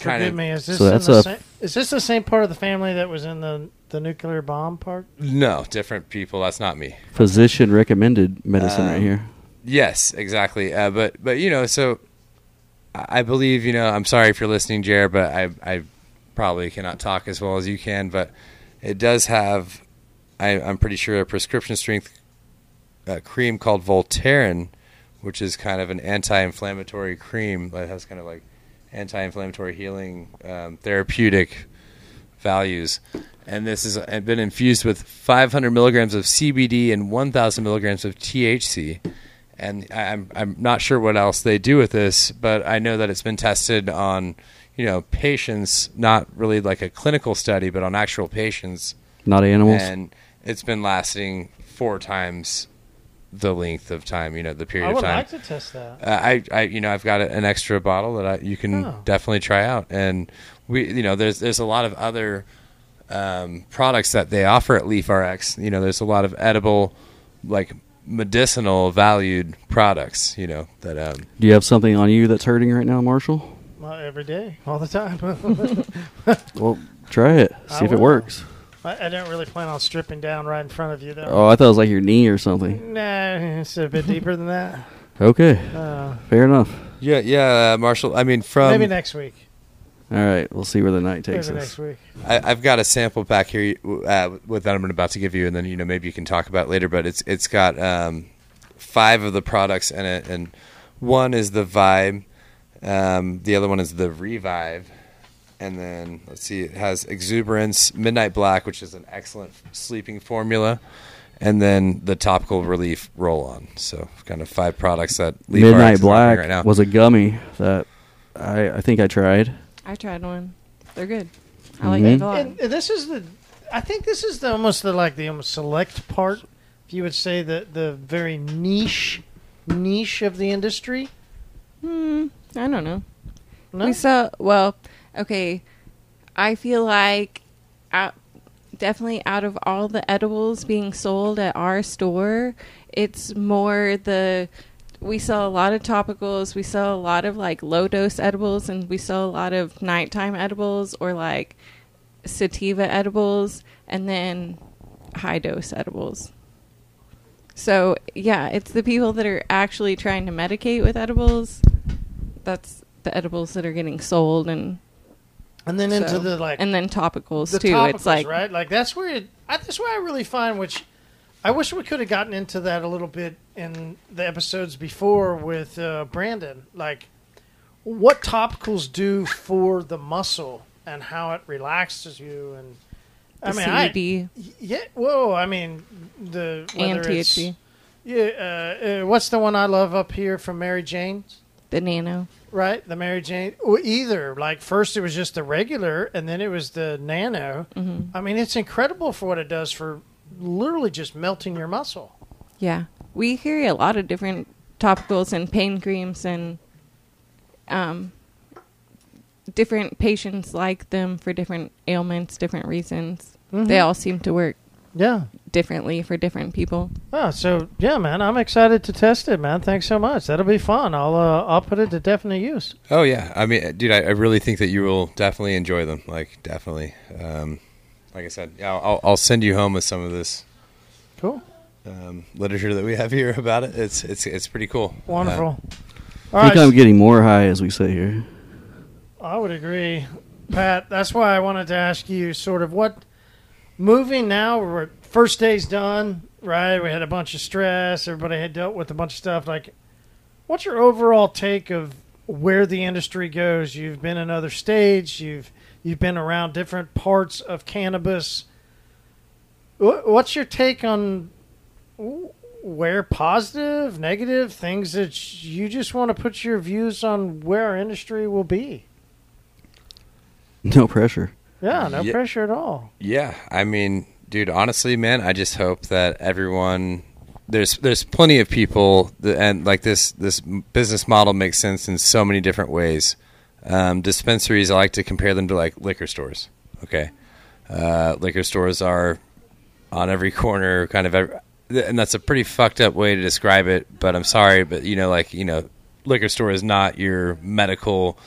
Speaker 5: kind
Speaker 3: Forgive
Speaker 5: of
Speaker 3: me. Is this
Speaker 2: So
Speaker 3: in
Speaker 2: that's
Speaker 3: the
Speaker 2: a-
Speaker 3: same, is this the same part of the family that was in the the nuclear bomb part?
Speaker 5: no different people. That's not me.
Speaker 2: Physician recommended medicine
Speaker 5: Uh,
Speaker 2: right here.
Speaker 5: Yes, exactly. Uh, but but you know, so I I believe you know. I'm sorry if you're listening, Jared, but I I probably cannot talk as well as you can. But it does have, I, I'm pretty sure, a prescription strength uh, cream called Voltaren, which is kind of an anti-inflammatory cream that has kind of like anti-inflammatory healing um, therapeutic values. And this has been infused with 500 milligrams of CBD and 1,000 milligrams of THC and I- I'm I'm not sure what else they do with this, but I know that it's been tested on you know patients, not really like a clinical study, but on actual patients,
Speaker 2: Not animals.
Speaker 5: and it's been lasting four times the length of time, you know, the period
Speaker 3: I
Speaker 5: of
Speaker 3: would
Speaker 5: time.
Speaker 3: like to test that.
Speaker 5: Uh, I, I, you know, I've got a, an extra bottle that I, you can
Speaker 3: Oh.
Speaker 5: definitely try out, and we, you know, there's there's a lot of other um, products that they offer at LeafRx. You know, there's a lot of edible, like medicinal valued products. You know that um,
Speaker 2: Do you have something on you that's hurting right now, Marshall?
Speaker 3: Well, every day, all the time. <laughs>
Speaker 2: <laughs> Well, try it.
Speaker 3: I
Speaker 2: See if it
Speaker 3: will.
Speaker 2: works.
Speaker 3: I, I didn't really plan on stripping down right in front of you, though.
Speaker 2: Oh, I thought it was like your knee or something.
Speaker 3: Nah, it's a bit deeper than that.
Speaker 2: Okay,
Speaker 3: Uh,
Speaker 2: fair enough.
Speaker 5: yeah, yeah, uh, Marshall. I mean, from
Speaker 3: maybe next week.
Speaker 2: All right, we'll see where the night
Speaker 3: Maybe
Speaker 2: takes us.
Speaker 3: next week.
Speaker 5: I, I've got a sample back here uh, with that I'm about to give you, and then you know maybe you can talk about it later. But it's it's got um, five of the products in it, and one is the Vibe, um, the other one is the Revive, and then let's see, it has Exuberance, Midnight Black, which is an excellent sleeping formula, and then the Topical Relief Roll On. So kind of five products that Leaf RX
Speaker 2: Midnight
Speaker 5: is offering
Speaker 2: Black was a gummy that I, I think I tried.
Speaker 4: I tried one. They're good. I like
Speaker 2: Mhm.
Speaker 4: it a lot.
Speaker 3: And, and this is the, I think this is the almost the like the almost select part, if you would say the the very niche, niche of the industry.
Speaker 4: Hmm, I don't know.
Speaker 3: No?
Speaker 4: We saw well, okay. I feel like out, definitely out of all the edibles being sold at our store, it's more the we sell a lot of topicals, we sell a lot of like low dose edibles and we sell a lot of nighttime edibles or like sativa edibles and then high dose edibles. So, yeah, it's the people that are actually trying to medicate with edibles. That's the edibles that are getting sold and
Speaker 3: and then into
Speaker 4: so-
Speaker 3: the like
Speaker 4: and then topicals
Speaker 3: the
Speaker 4: too.
Speaker 3: topicals,
Speaker 4: it's like
Speaker 3: right, like that's where it, I, that's where I really find which. I wish we could have gotten into that a little bit in the episodes before with uh, Brandon, like what topicals do for the muscle and how it relaxes you and.
Speaker 4: the E
Speaker 3: I mean, I,
Speaker 4: CBD
Speaker 3: yeah. Whoa, I mean the
Speaker 4: and
Speaker 3: whether it's-
Speaker 4: THC,
Speaker 3: Yeah, uh, uh, what's the one I love up here from Mary Jane's?
Speaker 4: the nano.
Speaker 3: Right, the Mary Jane. Or either like first it was just the regular, and then it was the nano. I mean, it's incredible for what it does for literally just melting your muscle.
Speaker 4: Yeah, we carry a lot of different topicals and pain creams and um, different patients like them for different ailments, different reasons. They
Speaker 3: Mm-hmm.
Speaker 4: all seem to work
Speaker 3: Yeah.
Speaker 4: differently for different people.
Speaker 3: Oh, so yeah, man, I'm excited to test it, man. Thanks so much. That'll be fun. I'll uh, I'll put it to definite use.
Speaker 5: Oh yeah, I mean, dude, I, I really think that you will definitely enjoy them. Like, definitely. Um, like I said, yeah, I'll, I'll- I'll send you home with some of this
Speaker 3: Cool,
Speaker 5: um, literature that we have here <laughs> about it. It's it's it's pretty cool.
Speaker 3: wonderful.
Speaker 5: Um,
Speaker 3: All
Speaker 2: I think I'm
Speaker 3: right,
Speaker 2: getting more high as we sit here. <laughs>
Speaker 3: I would agree, Pat. That's why I wanted to ask you, sort of, what moving now. We're, first day's done, right? We had a bunch of stress. Everybody had dealt with a bunch of stuff. Like, what's your overall take of where the industry goes? You've been in other states. You've you've been around different parts of cannabis. Wha- What's your take on w- where positive, negative things that you just want to put your views on where our industry will be?
Speaker 2: No pressure.
Speaker 3: Yeah, no
Speaker 5: Ye-
Speaker 3: pressure at all.
Speaker 5: yeah, I mean, dude, honestly, man, I just hope that everyone there's there's plenty of people that, and like this this business model makes sense in so many different ways. Um, dispensaries, I like to compare them to like liquor stores. Okay, uh, liquor stores are on every corner, kind of every, and that's a pretty fucked up way to describe it. But I'm sorry, but you know, like you know, liquor store is not your medical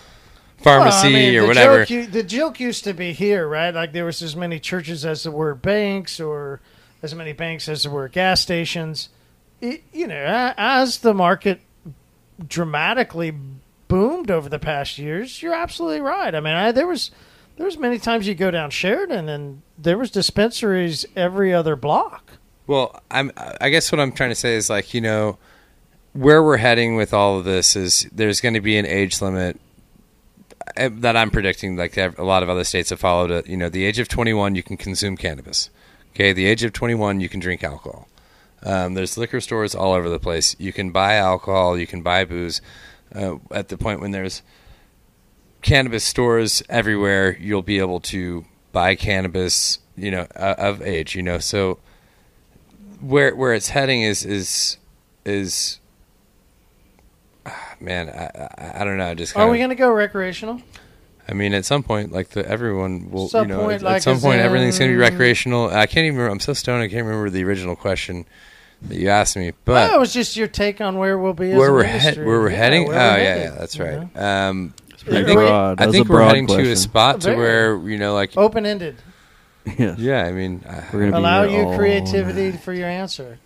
Speaker 3: Well,
Speaker 5: pharmacy
Speaker 3: I mean,
Speaker 5: or
Speaker 3: the
Speaker 5: whatever.
Speaker 3: Joke, u- the joke used to be here, right? Like there was as many churches as there were banks, or as many banks as there were gas stations. It, you know, a- as the market dramatically boomed over the past years, you're absolutely right. I mean, I, there was there was many times you go down Sheridan and there was dispensaries every other block.
Speaker 5: Well, I'm. I guess what I'm trying to say is like you know, where we're heading with all of this is there's going to be an age limit uh, that I'm predicting. Like ev- a lot of other states have followed uh, it. You know, the age of 21, you can consume cannabis. Okay, the age of 21, you can drink alcohol. Um, there's liquor stores all over the place. You can buy alcohol, you can buy booze. Uh, at the point when there's cannabis stores everywhere, you'll be able to buy cannabis, you know, uh, of age, you know. So where where it's heading is is is ah, man, I, I I don't know. I just
Speaker 3: Are
Speaker 5: kinda,
Speaker 3: we going to go recreational?
Speaker 5: I mean, at some point, like the everyone will,
Speaker 3: Some
Speaker 5: you know,
Speaker 3: point,
Speaker 5: at, at
Speaker 3: like,
Speaker 5: some
Speaker 3: as
Speaker 5: point, everything's going to be
Speaker 3: in-
Speaker 5: recreational. I can't even. remember- I'm so stoned. I can't remember the original question that you asked me. But
Speaker 3: oh, it was just your take on where we'll be. as
Speaker 5: where
Speaker 3: an
Speaker 5: we're head,
Speaker 3: industry.
Speaker 5: where we're
Speaker 3: Yeah,
Speaker 5: heading?
Speaker 3: where
Speaker 5: oh
Speaker 3: we're
Speaker 5: yeah,
Speaker 3: headed,
Speaker 5: yeah, that's
Speaker 3: you
Speaker 5: right.
Speaker 3: know?
Speaker 5: Um,
Speaker 2: pretty
Speaker 5: I think,
Speaker 2: broad.
Speaker 5: I
Speaker 2: That's Oh, a
Speaker 5: think we're
Speaker 2: broad
Speaker 5: heading to
Speaker 2: question.
Speaker 5: a spot to
Speaker 3: Very. Oh.
Speaker 5: where you know, like,
Speaker 3: Open ended.
Speaker 2: <laughs> Yes.
Speaker 5: yeah. I mean, uh,
Speaker 2: We're gonna be
Speaker 3: Allow
Speaker 2: here
Speaker 3: you
Speaker 2: all
Speaker 3: creativity for your answer.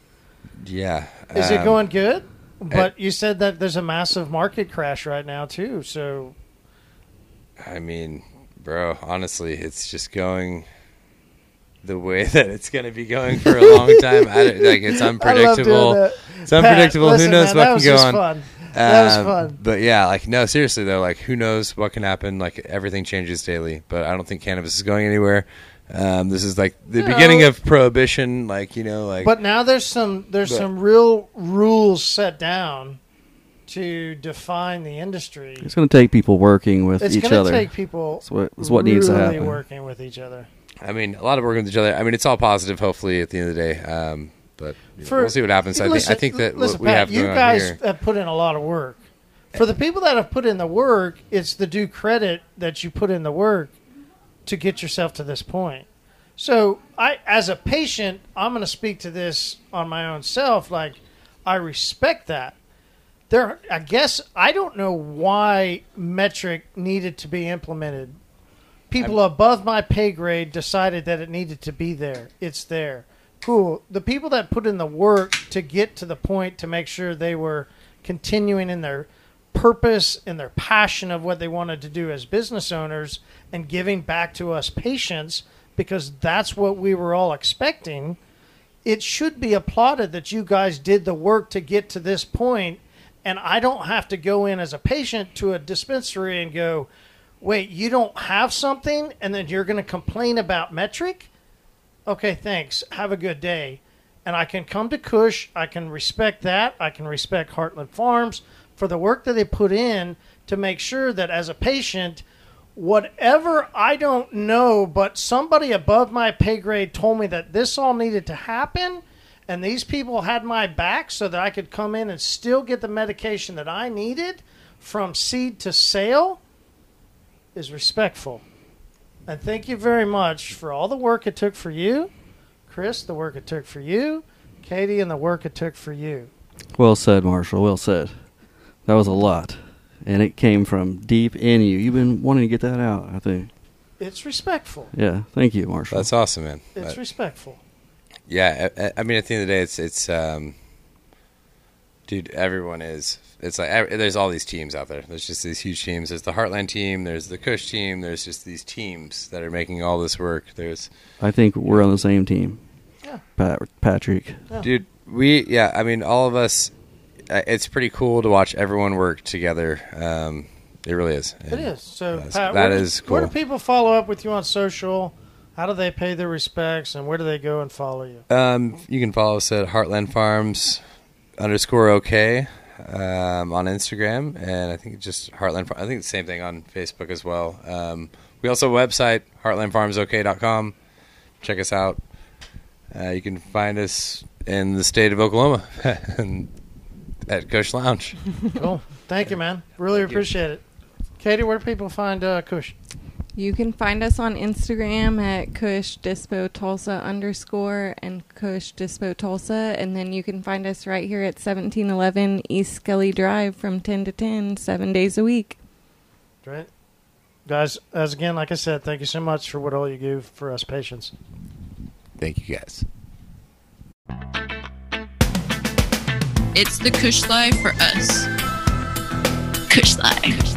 Speaker 5: yeah.
Speaker 3: Is it
Speaker 5: um,
Speaker 3: going good? But you said that there's a massive market crash right now too. So
Speaker 5: I mean, bro, honestly, it's just going the way <laughs> that it's going to be going for a
Speaker 3: <laughs>
Speaker 5: long time. I don't, like, it's
Speaker 3: I love doing
Speaker 5: unpredictable.
Speaker 3: that.
Speaker 5: It's
Speaker 3: Pat,
Speaker 5: unpredictable.
Speaker 3: listen,
Speaker 5: Who knows
Speaker 3: man,
Speaker 5: what
Speaker 3: that
Speaker 5: can
Speaker 3: was
Speaker 5: go
Speaker 3: just
Speaker 5: on?
Speaker 3: Fun. That was
Speaker 5: Um,
Speaker 3: fun.
Speaker 5: But yeah, like no, seriously though, like who knows what can happen? Like everything changes daily. But I don't think cannabis is going anywhere. Um, this is like the
Speaker 3: No.
Speaker 5: beginning of prohibition. Like you know, like
Speaker 3: But now there's some there's
Speaker 5: But-
Speaker 3: some real rules set down to define the industry.
Speaker 2: It's going to take people working with
Speaker 3: It's
Speaker 2: each
Speaker 3: going to
Speaker 2: other.
Speaker 3: take people.
Speaker 2: That's what- that's what needs to
Speaker 3: really
Speaker 2: happen.
Speaker 3: Working with each other.
Speaker 5: I mean, a lot of working with each other. I mean, it's all positive. Hopefully, at the end of the day. Um, but you know,
Speaker 3: For-
Speaker 5: we'll see what happens. I
Speaker 3: Listen-
Speaker 5: think I think that
Speaker 3: listen,
Speaker 5: what we
Speaker 3: Pat,
Speaker 5: have
Speaker 3: you
Speaker 5: going on
Speaker 3: guys
Speaker 5: here.
Speaker 3: have put in a lot of work. For the people that have put in the work, it's the due credit that you put in the work to get yourself to this point. So, I as a patient, I'm going to speak to this on my own self. Like, I respect that. There, I guess I don't know why metric needed to be implemented. People above my pay grade decided that it needed to be there. It's there. Cool. The people that put in the work to get to the point to make sure they were continuing in their purpose and their passion of what they wanted to do as business owners and giving back to us patients because that's what we were all expecting it should be applauded that you guys did the work to get to this point and i don't have to go in as a patient to a dispensary and go wait you don't have something and then you're going to complain about metric okay thanks have a good day and i can come to kush i can respect that i can respect heartland farms for the work that they put in to make sure that as a patient whatever I don't know, but somebody above my pay grade told me that this all needed to happen, and these people had my back so that I could come in and still get the medication that I needed from seed to sale is respectful. And thank you very much for all the work it took for you, Chris, the work it took for you, Katie, and the work it took for you.
Speaker 2: Well said, Marshall. Well said. That was a lot, and it came from deep in you. You've been wanting to get that out. I think.
Speaker 3: It's respectful.
Speaker 2: Yeah. Thank you, Marshall.
Speaker 5: That's awesome, man.
Speaker 3: It's
Speaker 5: But-
Speaker 3: respectful.
Speaker 5: yeah I, I- I mean at the end of the day it's it's um dude everyone is it's like ev there's all these teams out there there's just these huge teams there's the heartland team there's the kush team there's just these teams that are making all this work there's
Speaker 2: I think we're on the same team.
Speaker 3: Yeah.
Speaker 2: Pat, Patrick.
Speaker 5: dude we yeah i mean all of us uh, it's pretty cool to watch everyone work together um it really is
Speaker 3: It is. So
Speaker 5: That's-
Speaker 3: Pat,
Speaker 5: that
Speaker 3: where, do-
Speaker 5: is
Speaker 3: where do
Speaker 5: cool.
Speaker 3: people follow up with you on social? How do they pay their respects, and where do they go and follow
Speaker 5: <laughs>
Speaker 3: you?
Speaker 5: Um, you can follow us at Heartland Farms underscore OK um, on Instagram, and I think it's just Heartland. Far- I think it's the same thing on Facebook as well. Um, we also have a website heartlandfarmsok.com. Check us out. Uh, you can find us in the state of Oklahoma <laughs> and at Kush Lounge.
Speaker 3: Cool. Thank you, man. Really
Speaker 5: Thank you.
Speaker 3: appreciate it. Katie, where do people find uh, Kush?
Speaker 4: You can find us on Instagram at Kush Dispo Tulsa underscore and Kush Dispo Tulsa. And then you can find us right here at 1711 East Skelly Drive from 10 to 10, seven days a week.
Speaker 3: Right, guys. As again, like I said, thank you so much for what all you do for us patients.
Speaker 5: Thank you guys.
Speaker 1: It's the Kush Life for us. Kush Life.